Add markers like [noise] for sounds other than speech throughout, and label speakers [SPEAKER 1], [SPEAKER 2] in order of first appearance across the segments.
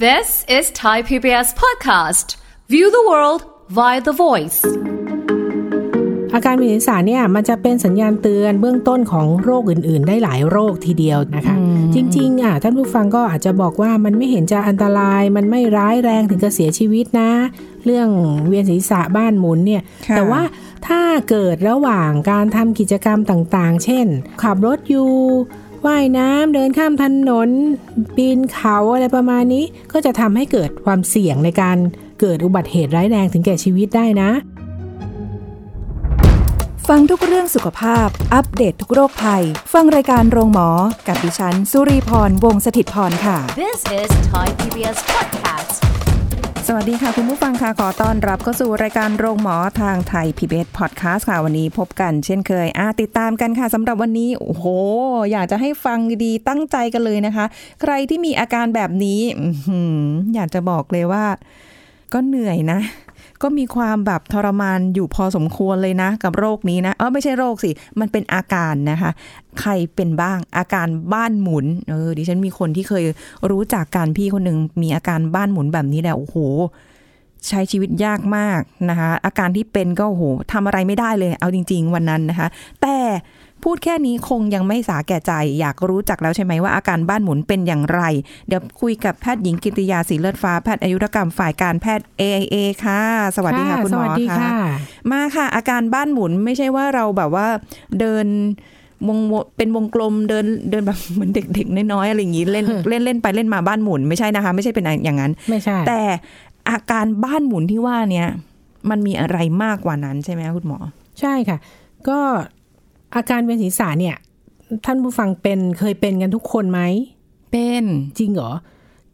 [SPEAKER 1] This is Thai PBS podcast. View the world via the voice.
[SPEAKER 2] อาการวีนศีรษะเนี่ยมันจะเป็นสัญญาณเตือนเบื้องต้นของโรคอื่น ๆ ได้หลายโรคทีเดียวนะคะ จริงๆอ่ะท่านผู้ฟังก็อาจจะบอกว่ามันไม่เห็นจะอันตราย มันไม่ร้ายแรงถึงกับเสียชีวิตนะ เรื่องเวียนศีรษะบ้านหมุนเนี่ย
[SPEAKER 3] ค่ะ
[SPEAKER 2] แต่ว่าถ้าเกิดระหว่างการทำกิจกรรมต่างๆ เช่น ขับรถอยู่ว่ายน้ำเดินข้ามถนน ปีนเขาอะไรประมาณนี้ ก็จะทำให้เกิดความเสี่ยงในการเกิดอุบัติเหตุร้ายแรงถึงแก่ชีวิตได้นะ
[SPEAKER 3] ฟังทุกเรื่องสุขภาพ อัปเดตททุกโรคภัย ฟังรายการโรงหมอ กับดิฉัน สุรีพร วงศิตพรค่ะ
[SPEAKER 1] This is Thai PBS podcast.
[SPEAKER 3] สวัสดีค่ะ คุณผู้ฟังค่ะ ขอต้อนรับเข้าสู่รายการโรงหมอทางไทย PBS Podcast ค่ะ วันนี้พบกันเช่นเคยอ่ะติดตามกันค่ะสำหรับวันนี้ โอ้โห อยากจะให้ฟังดีๆตั้งใจกันเลยนะคะ ใครที่มีอาการแบบนี้อื้อหืออยากจะบอกเลยว่า ก็เหนื่อยนะ ก็มีความแบบทรมานอยู่พอสมควรเลยนะ กับโรคนี้นะ เออไม่ใช่โรคสิ มันเป็นอาการนะคะ ใครเป็นบ้างอาการบ้านหมุน เออดิฉันมีคนที่เคยรู้จักการพี่คนหนึ่งมีอาการบ้านหมุนแบบนี้แหละโอ้โห ใช้ชีวิตยากมากนะคะ อาการที่เป็นก็โอ้โหทำอะไรไม่ได้เลย เอาจริง ๆ วันนั้นนะคะ แต่พูดแค่นี้คงยังไม่สาแก่ใจ อยากรู้จักแล้วใช่ไหมว่าอาการบ้านหมุนเป็นอย่างไร เดี๋ยวคุยกับแพทย์หญิงกิติยาสีเลือดฟ้าแพทย์อายุรกรรมฝ่ายการแพทย์ AIA ค่ะ สวัสดีค่ะคุณหม
[SPEAKER 2] ส
[SPEAKER 3] อ
[SPEAKER 2] วัสดีค่ะ
[SPEAKER 3] มาค่ะอาการบ้านหมุนไม่ใช่ว่าเราแบบว่าเดินวงเป็นวงกลมเดินเดินแบบเหมือนเด็กๆน้อยๆอะไรอย่างนี้เล่น เล่นเล่นไปเล่นมาบ้านหมุนไม่ใช่นะคะ ไม่ใช่เป็นอย่างนั้น
[SPEAKER 2] ไม่ใช่
[SPEAKER 3] แต่อาการบ้านหมุนที่ว่าเนี้ยมันมีอะไรมากกว่านั้นใช่ไหมคะคุณหมอ
[SPEAKER 2] ใช่ค่ะ ก็อาการเวียนศีรษะเนี่ย ท่านผู้ฟังเป็นเคยเป็นกันทุกคนไหม
[SPEAKER 3] เป็น
[SPEAKER 2] จริงเหรอ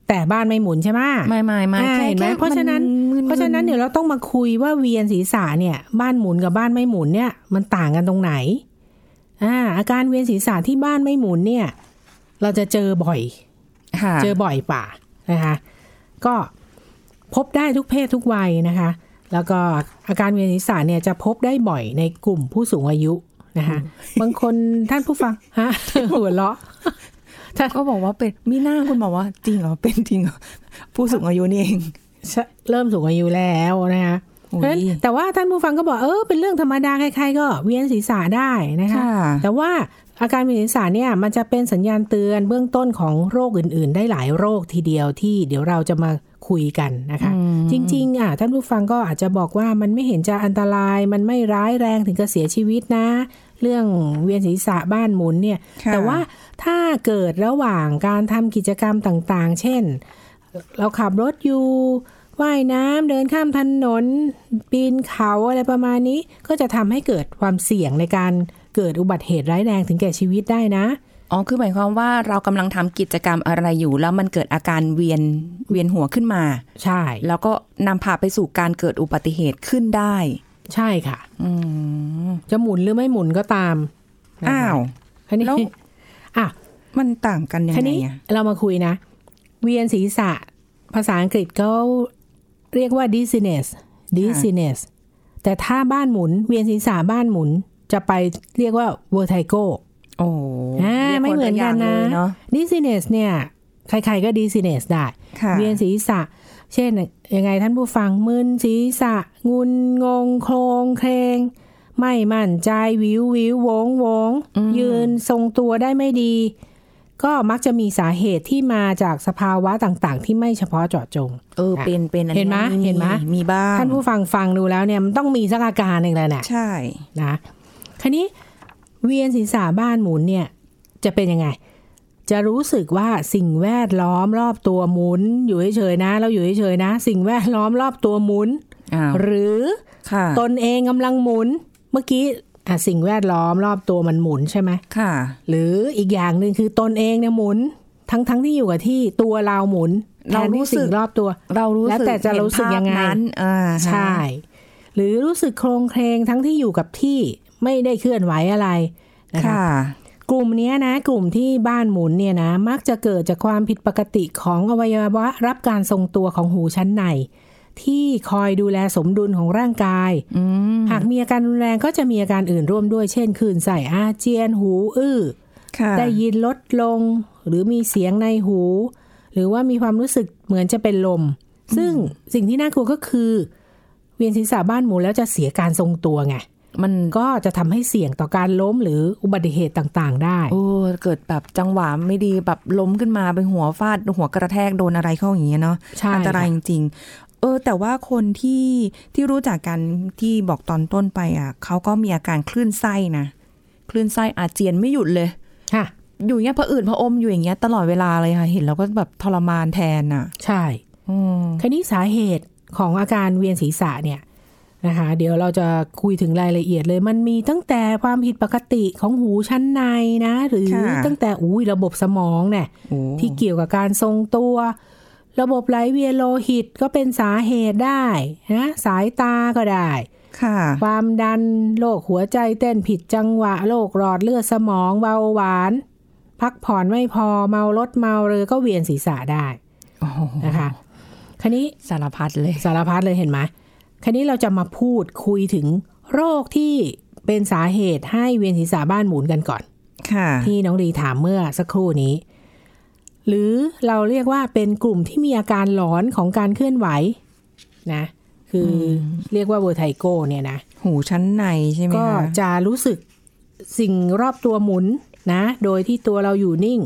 [SPEAKER 2] แต่บ้านไม่หมุนใช่ไหม
[SPEAKER 3] ไม่ไม่ไม่
[SPEAKER 2] อ่า
[SPEAKER 3] แค่
[SPEAKER 2] เห็นไหม
[SPEAKER 3] แค่
[SPEAKER 2] เพราะฉะนั้น
[SPEAKER 3] มัมึ
[SPEAKER 2] เพราะฉะนั้นเดี๋ยวเราต้องมาคุยว่าเวียนศีรษะเนี่ย บ้านหมุนกับบ้านไม่หมุนเนี่ย มันต่างกันตรงไหนอ่าอาการเวียนศีรษะที่บ้านไม่หมุนเนี่ย เราจะเจอบ่อย
[SPEAKER 3] ค่ะ
[SPEAKER 2] เจอบ่อยป่านะคะ ก็พบได้ทุกเพศทุกวัยนะคะ แล้วก็อาการเวียนศีรษะเนี่ยจะพบได้บ่อยในกลุ่มผู้สูงอายุนะคะ บางคนท่านผู้ฟัง [laughs] ฮะ หัวเราะ
[SPEAKER 3] ก็บอกว่าเป็นมีหน้าคุณหมอว่าจริงเหรอเป็นจริงเหรอผู้สูงอายุนี่เอง
[SPEAKER 2] เริ่มสูงอายุแล้วนะคะ
[SPEAKER 3] โอ้ย
[SPEAKER 2] เพราะฉะนั้นแต่ว่าท่านผู้ฟังก็บอกเออเป็นเรื่องธรรมดาใครๆก็เวียนศีรษะได้นะคะ แต่ว่าอาการเวียนศีรษะเนี่ยมันจะเป็นสัญญาณเตือนเบื้องต้นของโรคอื่น ๆ ได้หลายโรคทีเดียวที่เดี๋ยวเราจะมาคุยกันนะคะ จริงๆอ่ะท่านผู้ฟังก็อาจจะบอกว่ามันไม่เห็นจะอันตราย มันไม่ร้ายแรงถึงกับเสียชีวิตนะ เรื่องเวียนศีรษะบ้านหมุนเนี่ย
[SPEAKER 3] ค่ะ
[SPEAKER 2] แต่ว่าถ้าเกิดระหว่างการทำกิจกรรมต่างๆ เช่น เราขับรถอยู่ว่ายน้ำเดินข้ามถนน ปีนเขาอะไรประมาณนี้ ก็จะทำให้เกิดความเสี่ยงในการเกิดอุบัติเหตุร้ายแรงถึงแก่ชีวิตได้นะ
[SPEAKER 3] อ๋อคือหมายความว่าเรากำลังทำกิจกรรมอะไรอยู่ แล้วมันเกิดอาการเวียนเวียนหัวขึ้นมา
[SPEAKER 2] ใช่
[SPEAKER 3] แล้วก็นำพาไปสู่การเกิดอุบัติเหตุขึ้นได้
[SPEAKER 2] ใช่ค่ะ
[SPEAKER 3] อืม
[SPEAKER 2] จะหมุนหรือไม่หมุนก็ตามนะคะ
[SPEAKER 3] อ้าว
[SPEAKER 2] อันนี้
[SPEAKER 3] แล้ว
[SPEAKER 2] อ่ะ
[SPEAKER 3] มันต่างกันยัง
[SPEAKER 2] ที
[SPEAKER 3] ไง
[SPEAKER 2] นี้
[SPEAKER 3] อะ
[SPEAKER 2] เรามาคุยนะ เวียนศีรษะ ภาษาอังกฤษเขาเรียกว่า dizziness dizziness แต่ถ้าบ้านหมุน เวียนศีรษะบ้านหมุน จะไปเรียกว่า vertigo
[SPEAKER 3] โอ้
[SPEAKER 2] อ่า
[SPEAKER 3] รีย
[SPEAKER 2] ไม่เหมือนกันนะ
[SPEAKER 3] คละอย่างเลยเนาะ
[SPEAKER 2] dizziness เนี่ยใครๆก็ dizziness ได้
[SPEAKER 3] ค่ะ
[SPEAKER 2] เวียนศีรษะ เช่นยังไงท่านผู้ฟังมึนศีรษะ งุนงงโครงเครง ไม่มั่นใจวิววิววงวง ยืนทรงตัวได้ไม่ดี ก็มักจะมีสาเหตุที่มาจากสภาวะต่างๆ ที่ไม่เฉพาะเจาะจง
[SPEAKER 3] เออเป็นเป็นอั
[SPEAKER 2] เห็นไหมเห็นไหม
[SPEAKER 3] มีบ้าง
[SPEAKER 2] ท่านผู้ฟังฟังดูแล้วเนี่ยมันต้องมีสักอาการหนึ่งแหละนะ
[SPEAKER 3] ใช่
[SPEAKER 2] นะคันนี้เวียนศีรษะบ้านหมุนเนี่ยจะเป็นยังไง จะรู้สึกว่าสิ่งแวดล้อมรอบตัวหมุน อยู่เฉยๆนะ เราอยู่เฉยๆนะ สิ่งแวดล้อมรอบตัวหมุน
[SPEAKER 3] อ้าว
[SPEAKER 2] หรือ
[SPEAKER 3] ค่ะ
[SPEAKER 2] ตนเองกำลังหมุน เมื่อกี้อ่ะสิ่งแวดล้อมรอบตัวมันหมุนใช่ไหม
[SPEAKER 3] ค่ะ
[SPEAKER 2] หรืออีกอย่างหนึ่งคือตนเองเนี่ยหมุน ทั้งทั้งที่อยู่กับที่ตัวเราหมุน
[SPEAKER 3] เรา
[SPEAKER 2] แทน
[SPEAKER 3] รู้
[SPEAKER 2] ที่
[SPEAKER 3] สึ
[SPEAKER 2] สิ่
[SPEAKER 3] ก
[SPEAKER 2] งรอบตัว
[SPEAKER 3] เรารู้สึก
[SPEAKER 2] แล้วแต่จะรู้สึกยังไง
[SPEAKER 3] เห็นภาพนั้นอ่า
[SPEAKER 2] ใช่ หรือรู้สึกโครงเครงทั้งที่อยู่กับที่ไม่ได้เคลื่อนไหวอะไรนะคะ
[SPEAKER 3] ค่ะ
[SPEAKER 2] กลุ่มเนี้ยนะ กลุ่มที่บ้านหมุนเนี่ยนะ มักจะเกิดจากความผิดปกติของอวัยวะรับการทรงตัวของหูชั้นใน ที่คอยดูแลสมดุลของร่างกาย
[SPEAKER 3] อืม
[SPEAKER 2] หากมีอาการรุนแรงก็จะมีอาการอื่นร่วมด้วย เช่นคลื่นใส่อาเจียนหูอื้อ
[SPEAKER 3] ค่ะ
[SPEAKER 2] ได้ยินลดลง หรือมีเสียงในหู หรือว่ามีความรู้สึกเหมือนจะเป็นลม ซึ่งสิ่งที่น่ากลัวก็คือ เวียนศีรษะบ้านหมุนแล้วจะเสียการทรงตัวไง
[SPEAKER 3] มัน
[SPEAKER 2] ก็จะทำให้เสี่ยงต่อการล้มหรืออุบัติเหตุต่างๆ ได้
[SPEAKER 3] โอ้เกิดแบบจังหวะไม่ดีแบบล้มขึ้นมาไปหัวฟาดหัวกระแทกโดนอะไรเข้าอย่างเงี้ยเนาะ
[SPEAKER 2] ใช่
[SPEAKER 3] อันตราย
[SPEAKER 2] ค่ะ
[SPEAKER 3] จริงๆเออ แต่ว่าคนที่ที่รู้จักกันที่บอกตอนต้นไปอ่ะเขาก็มีอาการคลื่นไส้นะคลื่นไส้อาเจียนไม่หยุดเลย
[SPEAKER 2] ค่ะ
[SPEAKER 3] อยู่อย่างเงี้ยพะอืดพะอมอยู่อย่างเงี้ยตลอดเวลาเลยค่ะ เห็นแล้วก็แบบทรมานแทนอ่ะ
[SPEAKER 2] ใช่
[SPEAKER 3] อืม
[SPEAKER 2] คราวนี้สาเหตุของอาการเวียนศีรษะเนี่ยนะคะเดี๋ยวเราจะคุยถึงรายละเอียดเลย มันมีตั้งแต่ความผิดปกติของหูชั้นในนะ หรือตั้งแต่อุ้ยระบบสมองเนี่ย
[SPEAKER 3] โอ้
[SPEAKER 2] ที่เกี่ยวกับการทรงตัว ระบบไหลเวียนโลหิตก็เป็นสาเหตุได้นะสายตาก็ได้
[SPEAKER 3] ค่ะ
[SPEAKER 2] ความดันโรคหัวใจเต้นผิดจังหวะโรคหลอดเลือดสมองเบาหวาน พักผ่อนไม่พอเมารถเมาเรือก็เวียนศีรษะได้
[SPEAKER 3] โอ้โห
[SPEAKER 2] นะคะคันนี้
[SPEAKER 3] สารพัดเลย
[SPEAKER 2] สารพัดเลยเห็นไหมคันนี้เราจะมาพูดคุยถึงโรคที่เป็นสาเหตุให้เวียนศีรษะบ้านหมุนกันก่อน
[SPEAKER 3] ค่ะ
[SPEAKER 2] ที่น้องดีถามเมื่อสักครู่นี้ หรือเราเรียกว่าเป็นกลุ่มที่มีอาการหลอนของการเคลื่อนไหวนะ คืออเรียกว่าเวอร์ไทโกเนี่ยนะ
[SPEAKER 3] หูชั้นในใช่ไหม
[SPEAKER 2] ก็
[SPEAKER 3] คะ
[SPEAKER 2] จะรู้สึกสิ่งรอบตัวหมุนนะ โดยที่ตัวเราอยู่นิ่ง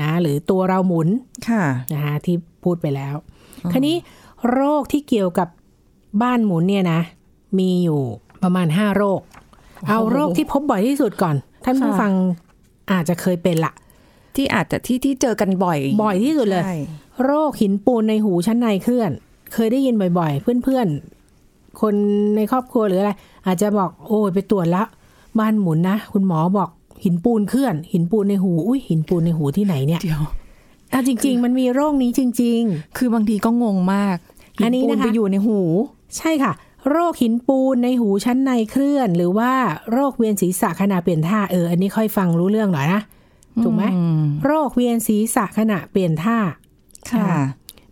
[SPEAKER 2] นะหรือตัวเราหมุน
[SPEAKER 3] ค่ะ
[SPEAKER 2] นะคะที่พูดไปแล้ว คราวนี้โรคที่เกี่ยวกับบ้านหมุนเนี่ยนะ มีอยู่ประมาณ 5 โรค เอาโรคที่พบบ่อยที่สุดก่อน ท่านผู้
[SPEAKER 3] ค่ะ
[SPEAKER 2] ฟังอาจจะเคยเป็นละ
[SPEAKER 3] ที่อาจจะที่ที่เจอกันบ่อย
[SPEAKER 2] บ่อยที่สุดเลย
[SPEAKER 3] ใช่
[SPEAKER 2] โรคหินปูนในหูชั้นในเคลื่อน เคยได้ยินบ่อย ๆ เพื่อนๆ คนในครอบครัวหรืออะไร อาจจะบอกโอ้ยไปตรวจแล้วบ้านหมุนนะ คุณหมอบอกหินปูนเคลื่อน หินปูนในหูอุ้ยหินปูนในหูที่ไหนเนี่ย
[SPEAKER 3] เดี๋ยว
[SPEAKER 2] อ่ะจริง ๆ มันมีโรคนี้จริง ๆ
[SPEAKER 3] คือบางทีก็งงมากหิ
[SPEAKER 2] อันนี้
[SPEAKER 3] ปู
[SPEAKER 2] นะคะ
[SPEAKER 3] ไปอยู่ในหู
[SPEAKER 2] ใช่ค่ะ โรคหินปูนในหูชั้นในเคลื่อน หรือว่าโรคเวียนศีรษะขณะเปลี่ยนท่าเอออันนี้ค่อยฟังรู้เรื่องหน่อยนะถูกไหม
[SPEAKER 3] อืม
[SPEAKER 2] โรคเวียนศีรษะขณะเปลี่ยนท่า
[SPEAKER 3] ค่ะ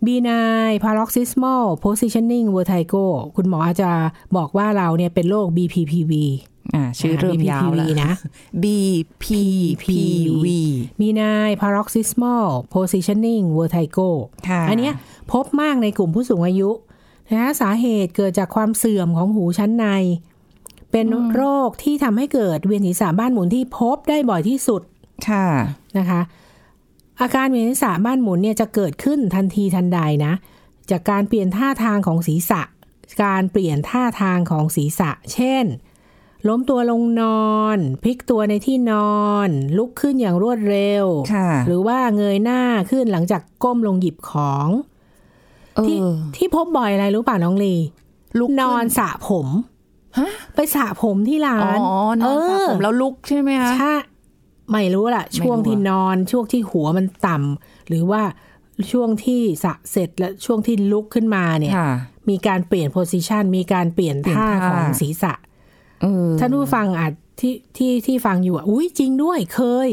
[SPEAKER 2] benign paroxysmal positioning vertigo คุณหมออาจจะบอกว่าเราเนี่ยเป็นโรค BPPV
[SPEAKER 3] อ่า ชื่อเริ่มยาว
[SPEAKER 2] BPPV
[SPEAKER 3] แล้ว
[SPEAKER 2] นะ
[SPEAKER 3] B P P V
[SPEAKER 2] benign paroxysmal positioning vertigo
[SPEAKER 3] ค่ะ
[SPEAKER 2] อันเนี้ยพบมากในกลุ่มผู้สูงอายุนะคะสาเหตุเกิดจากความเสื่อมของหูชั้นใน เป็นโรคที่ทำให้เกิดเวียนศีรษะบ้านหมุนที่พบได้บ่อยที่สุด
[SPEAKER 3] ค่ะ
[SPEAKER 2] นะคะ อาการเวียนศีรษะบ้านหมุนเนี่ยจะเกิดขึ้นทันทีทันใดนะ จากการเปลี่ยนท่าทางของศีรษะ การเปลี่ยนท่าทางของศีรษะ เช่น ล้มตัวลงนอน พลิกตัวในที่นอน ลุกขึ้นอย่างรวดเร็ว
[SPEAKER 3] ค่ะ
[SPEAKER 2] หรือว่าเงยหน้าขึ้นหลังจากก้มลงหยิบของ
[SPEAKER 3] เอ
[SPEAKER 2] ที่
[SPEAKER 3] อ
[SPEAKER 2] ที่พบบ่อยอะไรรู้ป่ะน้องลี
[SPEAKER 3] ลุกขึ้น
[SPEAKER 2] นอนสระผม
[SPEAKER 3] ฮะ
[SPEAKER 2] ไปสระผมที่ร้า
[SPEAKER 3] อ๋อนนอนสระผมแล้วลุกใช่ไหม
[SPEAKER 2] เออ
[SPEAKER 3] คะ
[SPEAKER 2] ถ้าไม่รู้ล่ะ
[SPEAKER 3] ไม่รู้
[SPEAKER 2] ช่วงที่
[SPEAKER 3] อะ
[SPEAKER 2] นอนช่วงที่หัวมันต่ำหรือว่าช่วงที่สระเสร็จและช่วงที่ลุกขึ้นมาเนี่ย
[SPEAKER 3] ค่ะ
[SPEAKER 2] มีการเปลี่ยนโพสิชันมีการเปลี่ยน
[SPEAKER 3] เปลี่ยน
[SPEAKER 2] ท่า
[SPEAKER 3] ท่า
[SPEAKER 2] ของศีรษะ
[SPEAKER 3] เออ
[SPEAKER 2] ท่านผู้ฟังอาจที่ที่ที่ฟังอยู่อ่ะอุ้ยจริงด้วยเคย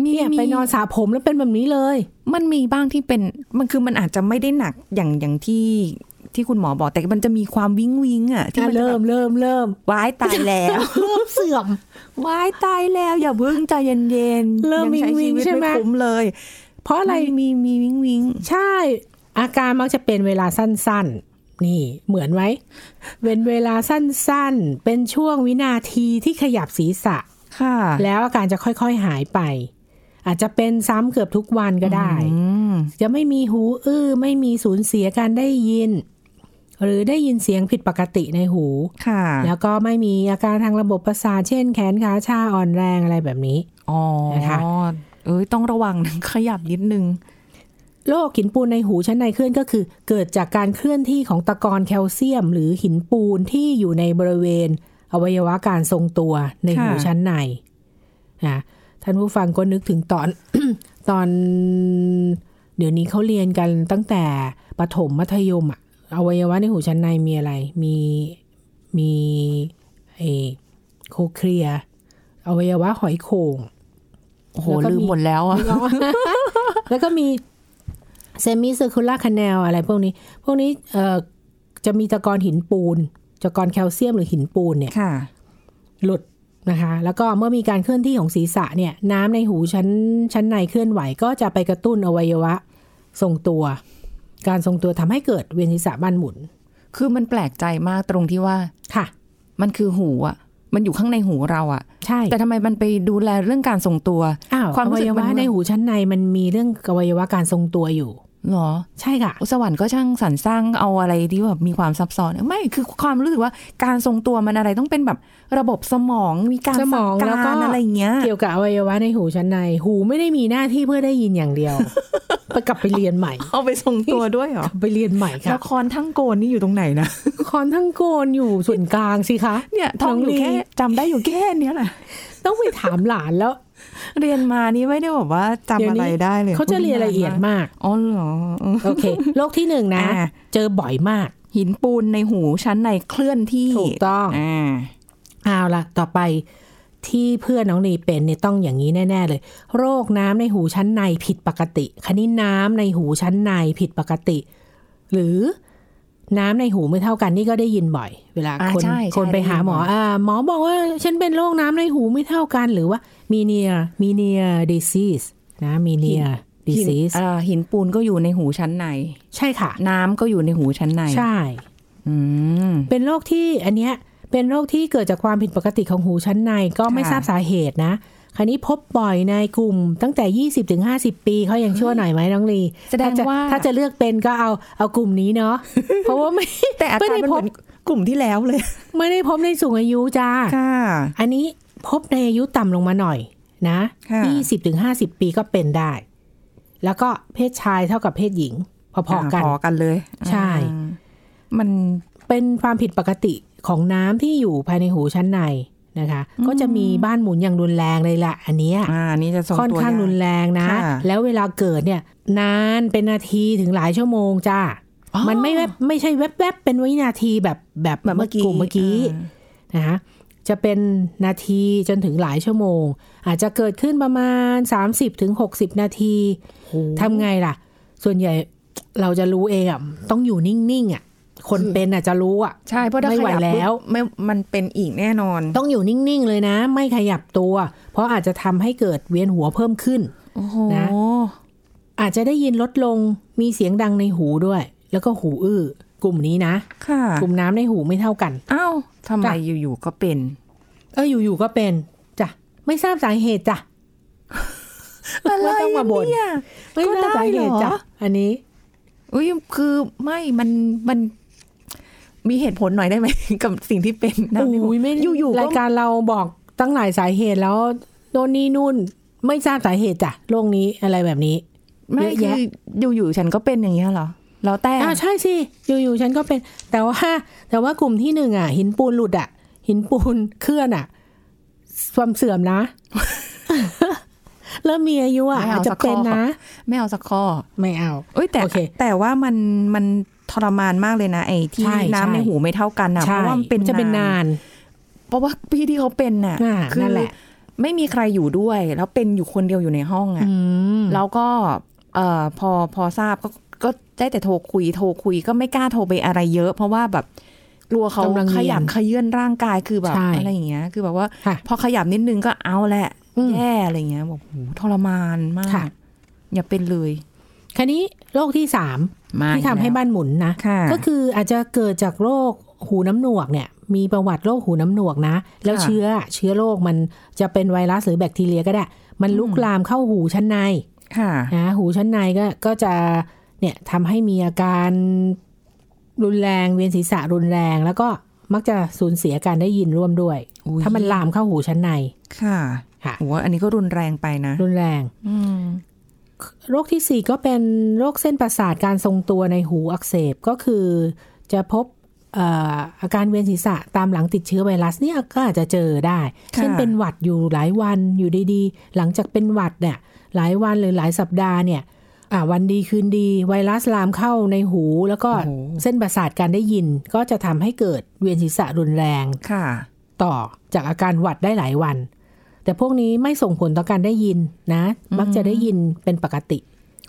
[SPEAKER 2] เนี่ยไปนอนสระผมแล้วเป็นแบบนี้เลย
[SPEAKER 3] มันมีบ้างที่เป็น มันคือมันอาจจะไม่ได้หนักอย่างอย่างที่ที่คุณหมอบอก แต่มันจะมีความวิ้งวิ้งอ่ะที่
[SPEAKER 2] ที่
[SPEAKER 3] มันจะ
[SPEAKER 2] เริ่
[SPEAKER 3] แบ
[SPEAKER 2] ม
[SPEAKER 3] บ
[SPEAKER 2] เริ่มเริ่ม
[SPEAKER 3] ว้ายตายแล้ว
[SPEAKER 2] เริ่มเสื่อม
[SPEAKER 3] [laughs] วายตายแล้วอย่าเพิ่งใจเย็นๆ
[SPEAKER 2] เริ่ม
[SPEAKER 3] ยั
[SPEAKER 2] วิงๆ
[SPEAKER 3] วิต
[SPEAKER 2] ใช่ไหม
[SPEAKER 3] คุ้มเลย
[SPEAKER 2] เพราะอะไร
[SPEAKER 3] มีมีวิงวิง
[SPEAKER 2] ใช่ อาการมักจะเป็นเวลาสั้นๆ นี่เหมือนไหมเป็นเวลาสั้นๆ เป็นช่วงวินาทีที่ขยับศีรษะ
[SPEAKER 3] ค่ะ
[SPEAKER 2] แล้วอาการจะค่อยๆหายไป อาจจะเป็นซ้ำเกือบทุกวันก็ได้
[SPEAKER 3] อืม
[SPEAKER 2] จะไม่มีหูอื้อไม่มีสูญเสียการได้ยิน หรือได้ยินเสียงผิดปกติในหู
[SPEAKER 3] ค่ะ
[SPEAKER 2] แล้วก็ไม่มีอาการทางระบบประสาทเช่นแขนขาชาอ่อนแรงอะไรแบบนี้
[SPEAKER 3] อ๋อ
[SPEAKER 2] นะคะ
[SPEAKER 3] เอ้ยต้องระวังนะขยับนิดนึง
[SPEAKER 2] โรคหินปูนในหูชั้นในเคลื่อนก็คือ เกิดจากการเคลื่อนที่ของตะกอนแคลเซียม หรือหินปูนที่อยู่ในบริเวณ อวัยวะการทรงตัวในหูชั้นในนะท่านผู้ฟังก็นึกถึงตอน [coughs] ตอน เดี๋ยวนี้เขาเรียนกันตั้งแต่ประถมมัธยมอะอวัยวะในหูชั้นในมีอะไร มีมีไอโคเคลียร์อวัยวะหอยโข่ง
[SPEAKER 3] โอ้โห
[SPEAKER 2] แล้วก็มี
[SPEAKER 3] ลืมหมดแล้วอ่ะ
[SPEAKER 2] แล้วก็มีเซมิซ i r คูล่าค n แนลอะไรพวกนี้ พวกนี้เอ่อจะมีตะกอนหินปูน ตะกอนแคลเซียมหรือหินปูนเนี่ย
[SPEAKER 3] ค่ะ
[SPEAKER 2] หลุดนะคะ แล้วก็เมื่อมีการเคลื่อนที่ของศีรษะเนี่ยน้ำในหูชั้นชั้นในเคลื่อนไหวก็จะไปกระตุ้นอวัยวะ ทรงตัว การทรงตัวทำให้เกิดเวียนศีรษะบ้านหมุน
[SPEAKER 3] คือมันแปลกใจมากตรงที่ว่า
[SPEAKER 2] ค่ะ
[SPEAKER 3] มันคือหูอะมันอยู่ข้างในหูเราอะ
[SPEAKER 2] ใช่
[SPEAKER 3] แต่ทำไมมันไปดูแลเรื่องการทรงตัว
[SPEAKER 2] อ้าวควา
[SPEAKER 3] คาว
[SPEAKER 2] ม ม
[SPEAKER 3] รู้
[SPEAKER 2] อ
[SPEAKER 3] สึ
[SPEAKER 2] วัย
[SPEAKER 3] กมัน
[SPEAKER 2] วะในหูชั้นในมันมีเรื่องอวัยวะการทรงตัวอยู่
[SPEAKER 3] หรอ
[SPEAKER 2] ใช่ค่ะ
[SPEAKER 3] สวรรค์ก็ช่างสรรสร้างเอาอะไรที่แบบมีความซับซ้อนไม่คือความรู้สึกว่าการทรงตัวมันอะไรต้องเป็นแบบระบบสมองมีการ
[SPEAKER 2] สมอง
[SPEAKER 3] สั่
[SPEAKER 2] แล้วก็
[SPEAKER 3] ารอะไรอย่างเงี้ย
[SPEAKER 2] เกี่ยวกับอวัยวะในหูชั้นใน หูไม่ได้มีหน้าที่เพื่อได้ยินอย่างเดียว ไปกลับไปเรียนใหม่
[SPEAKER 3] เอาไปทรงตัวด้วยเหรอก
[SPEAKER 2] ลับไปเรียนใหม่ค่ะ
[SPEAKER 3] ละครทั้งโกนนี่อยู่ตรงไหนนะ
[SPEAKER 2] คอนทั้งโกนอยู่ส่วนกลางสิคะ
[SPEAKER 3] เนี่ยท่องอยู่แค่
[SPEAKER 2] น้ลี
[SPEAKER 3] จำได้อยู่แค่เนี้ยแหละ
[SPEAKER 2] ต้องไปถามหลาน [laughs] แล้ว
[SPEAKER 3] เรียนมานี่ไม่ได้แบบว่าจำ
[SPEAKER 2] ดี๋ยว
[SPEAKER 3] อะ
[SPEAKER 2] นี้
[SPEAKER 3] ไรได้เลย
[SPEAKER 2] เขาจะเรียนละเอียดมาก
[SPEAKER 3] อ๋อเหรอ
[SPEAKER 2] โอเค โรคที่หนึ่งนะ
[SPEAKER 3] อ่า
[SPEAKER 2] เจอบ่อยมาก
[SPEAKER 3] หินปูนในหูชั้นในเคลื่อนที่
[SPEAKER 2] ถูกต้อง
[SPEAKER 3] อ่า
[SPEAKER 2] เอาละต่อไปที่เพื่อนน้องนีเป็นเนี่ยต้องอย่างนี้แน่ ๆ เลย โรคน้ำในหูชั้นในผิดปกติคันนี้น้ำในหูชั้นในผิดปกติ หรือน้ำในหูไม่เท่ากันนี่ก็ได้ยินบ่อย เวลา
[SPEAKER 3] อ่า
[SPEAKER 2] คน
[SPEAKER 3] ใช่
[SPEAKER 2] คนไปหาหมออ่าหมอบอกว่าฉันเป็นโรคน้ำในหูไม่เท่ากันหรือว่ามีเนียมีเนียดิซีสนะมีเนียดิ
[SPEAKER 3] หิน
[SPEAKER 2] ซีส
[SPEAKER 3] อ่าหินปูนก็อยู่ในหูชั้นใน
[SPEAKER 2] ใช่ค่ะ
[SPEAKER 3] น้ำก็อยู่ในหูชั้นใน
[SPEAKER 2] ใช่
[SPEAKER 3] อืม
[SPEAKER 2] เป็นโรคที่อันเนี้ยเป็นโรคที่เกิดจากความผิดปกติของหูชั้นในก็ไม่
[SPEAKER 3] ค่ะ
[SPEAKER 2] ทราบสาเหตุนะ คราวนี้พบบ่อยในกลุ่มตั้งแต่ 20ถึง50 ปีเขายังชั่วหน่อยไหมน้องลี
[SPEAKER 3] แสดง
[SPEAKER 2] ถ้จะ
[SPEAKER 3] ว่า
[SPEAKER 2] ถ้าจะเลือกเป็นก็เอาเอากลุ่มนี้เนาะ
[SPEAKER 3] [laughs]
[SPEAKER 2] เพราะว่าไม่
[SPEAKER 3] แต่อาการ
[SPEAKER 2] ไม่ได้
[SPEAKER 3] มัน
[SPEAKER 2] พ
[SPEAKER 3] เห
[SPEAKER 2] บ
[SPEAKER 3] มือนกลุ่มที่แล้วเลย
[SPEAKER 2] ไม่ได้พบในสูงอายุจ้า
[SPEAKER 3] ค่ะ
[SPEAKER 2] อันนี้พบในอายุต่ำลงมาหน่อยนะ
[SPEAKER 3] ค่ะ
[SPEAKER 2] 20ถึง50 ปีก็เป็นได้ แล้วก็เพศชายเท่ากับเพศหญิง พอๆกัน
[SPEAKER 3] พอกันเลย
[SPEAKER 2] ใช่
[SPEAKER 3] อ่ามัน
[SPEAKER 2] เป็นความผิดปกติของน้ำที่อยู่ภายในหูชั้นในนะคะ ก็จะมีบ้านหมุนอย่างรุนแรงเลยละอันเนี้ย
[SPEAKER 3] อ่านี่จะส่ง
[SPEAKER 2] ค่อน
[SPEAKER 3] ตัว
[SPEAKER 2] ข้าง
[SPEAKER 3] ยก
[SPEAKER 2] รุนแรงนะ
[SPEAKER 3] ค่ะ
[SPEAKER 2] แล้วเวลาเกิดเนี่ยนานเป็นนาทีถึงหลายชั่วโมงจ้า
[SPEAKER 3] อ๋อ
[SPEAKER 2] มันไม่แวบไม่ใช่แวบๆเป็นวินาทีแบบแบบ
[SPEAKER 3] แบบเมื่อกี้
[SPEAKER 2] ลุ่มเมื่อกี้
[SPEAKER 3] อ่า
[SPEAKER 2] นะคะจะเป็นนาทีจนถึงหลายชั่วโมง อาจจะเกิดขึ้นประมาณ 30-60ถึง60 นาที
[SPEAKER 3] โอ้โห
[SPEAKER 2] ทำไงล่ะ ส่วนใหญ่เราจะรู้เองอ่ะ ต้องอยู่นิ่งๆอ่ะ คนเป็นอ่ะจะรู้อ่ะ
[SPEAKER 3] ใช่เพราะถ้า
[SPEAKER 2] ไม่ไหว
[SPEAKER 3] ขยับ
[SPEAKER 2] แล้ว
[SPEAKER 3] ปุ๊บไม่มันเป็นอีกแน่นอน
[SPEAKER 2] ต้องอยู่นิ่งๆเลยนะ ไม่ขยับตัว เพราะอาจจะทำให้เกิดเวียนหัวเพิ่มขึ้น
[SPEAKER 3] โอ้โห
[SPEAKER 2] นะ อาจจะได้ยินลดลง มีเสียงดังในหูด้วย แล้วก็หูอื้อ กลุ่มนี้นะ
[SPEAKER 3] ค่ะ
[SPEAKER 2] กลุ่มน้ำในหูไม่เท่ากัน
[SPEAKER 3] อ้าวทำไม
[SPEAKER 2] จ้ะ
[SPEAKER 3] อยู่ๆก็เป็น
[SPEAKER 2] เอออยู่ๆก็เป็นจ้ะไม่ทราบสาเหตุจ้ะ
[SPEAKER 3] [laughs] อะไร
[SPEAKER 2] ไม่ต้องมาบ่น
[SPEAKER 3] เนี่ย
[SPEAKER 2] ไม่ทราบสาเหตุจ้ะ
[SPEAKER 3] ก็ได้เหรอ
[SPEAKER 2] อันนี้
[SPEAKER 3] อุ้ยคือไม่มันมัน มีเหตุผลหน่อยได้ไหม [laughs] กับสิ่งที่เป็นนะพี่บุ๊ค
[SPEAKER 2] โอ้ยไม่
[SPEAKER 3] อยู่ๆ
[SPEAKER 2] รา
[SPEAKER 3] ก็
[SPEAKER 2] ยการเราบอกตั้งหลายสาเหตุแล้วโน่นนี่นู่นไม่ทราบสาเหตุจ้ะโรคนี้อะไรแบบนี้
[SPEAKER 3] ไม่
[SPEAKER 2] เยอะ
[SPEAKER 3] คื
[SPEAKER 2] แยะ
[SPEAKER 3] ออยู่ๆฉันก็เป็นอย่างเงี้ยเหรอแล้วแต่
[SPEAKER 2] อ่าใช่สิ อยู่ๆฉันก็เป็น แต่ว่าแต่ว่ากลุ่มที่หนึ่งอ่ะ หินปูนหลุดอ่ะ หินปูนเคลื่อนอ่ะความเสื่อมนะ [laughs] เริ่มมีอายุอ่ะ
[SPEAKER 3] ไม่
[SPEAKER 2] อา
[SPEAKER 3] เอา
[SPEAKER 2] จจะ
[SPEAKER 3] สักข้อ
[SPEAKER 2] เป็นนะ
[SPEAKER 3] ไม่เอาสักข้อ
[SPEAKER 2] ไม่เอา
[SPEAKER 3] เอ้ยแต่
[SPEAKER 2] โอเค
[SPEAKER 3] แต่ว่ามันมันทรมานมากเลยนะไอ้ที่
[SPEAKER 2] ใช่
[SPEAKER 3] น้ำ
[SPEAKER 2] ใช่
[SPEAKER 3] ในหูไม่เท่ากันนะเพ
[SPEAKER 2] ใช่
[SPEAKER 3] ราะว่ามันเป็น
[SPEAKER 2] จะเป็นนาน
[SPEAKER 3] เพราะว่าพี่ที่เขาเป็นน่ะ
[SPEAKER 2] อ่า
[SPEAKER 3] คื
[SPEAKER 2] นั่นแหละ
[SPEAKER 3] ไม่มีใครอยู่ด้วย แล้วเป็นอยู่คนเดียวอยู่ในห้องอ่ะ
[SPEAKER 2] อืม
[SPEAKER 3] แล้วก็เอ่อพอพอทราบก็ก็ได้แต่โทรคุยโทรคุยก็ไม่กล้าโทรไปอะไรเยอะ เพราะว่าแบบกลัวเขา
[SPEAKER 2] กำลังเรียน
[SPEAKER 3] ขยับขยื่นร่างกายคือแบบ
[SPEAKER 2] ใช่
[SPEAKER 3] อะไรอย่างเงี้ย คือแบบว่า
[SPEAKER 2] ค่ะ
[SPEAKER 3] พอขยับนิดนึงก็เอาแหละ
[SPEAKER 2] อืม
[SPEAKER 3] แย่อะไรเงี้ยบอกโหทรมานมา
[SPEAKER 2] ค่ะ
[SPEAKER 3] ก อย่าเป็นเลย
[SPEAKER 2] คันนี้โรคที่สาม
[SPEAKER 3] มา
[SPEAKER 2] ที่ทำให้บ้านหมุนนะ
[SPEAKER 3] ค่ะ
[SPEAKER 2] ก็คืออาจจะเกิดจากโรคหูน้ำหนวกเนี่ย มีประวัติโรคหูน้ำหนวกนะ แล้ว
[SPEAKER 3] ค่ะ
[SPEAKER 2] เชื้อเชื้อโรคมันจะเป็นไวรัสหรือแบคทีเรียก็ได้ มันลุก
[SPEAKER 3] อืม
[SPEAKER 2] ลามเข้าหูชั้นใน
[SPEAKER 3] ค่ะ
[SPEAKER 2] นะหูชั้นในก็ก็จะเนี่ยทำให้มีอาการรุนแรงเวียนศีรษะรุนแรง แล้วก็มักจะสูญเสียการได้ยินร่วมด้วย
[SPEAKER 3] อุ๊ย
[SPEAKER 2] ถ้ามันลามเข้าหูชั้นใน
[SPEAKER 3] ค่ะ
[SPEAKER 2] ค่ะ
[SPEAKER 3] โอ้อันนี้ก็รุนแรงไปนะ
[SPEAKER 2] รุนแรง
[SPEAKER 3] อืม
[SPEAKER 2] โรคที่สี่ก็เป็นโรคเส้นประสาทการทรงตัวในหูอักเสบก็คือจะพบเอ่ออาการเวียนศีรษะตามหลังติดเชื้อไวรัสเนี่ยก็อาจจะเจอได้
[SPEAKER 3] ค่ะ
[SPEAKER 2] เช่นเป็นหวัดอยู่หลายวันอยู่ดีๆ หลังจากเป็นหวัดเนี่ยหลายวันหรือหลายสัปดาห์เนี่ยอ่ะวันดีคืนดี ไวรัสลามเข้าในหู แล้วก็
[SPEAKER 3] โอ้โห
[SPEAKER 2] เส้นประสาทการได้ยิน ก็จะทำให้เกิดเวียนศีรษะรุนแรง
[SPEAKER 3] ค่ะ
[SPEAKER 2] ต่อจากอาการหวัดได้หลายวัน แต่พวกนี้ไม่ส่งผลต่อการได้ยินนะ มักจะได้ยินเป็นปกติ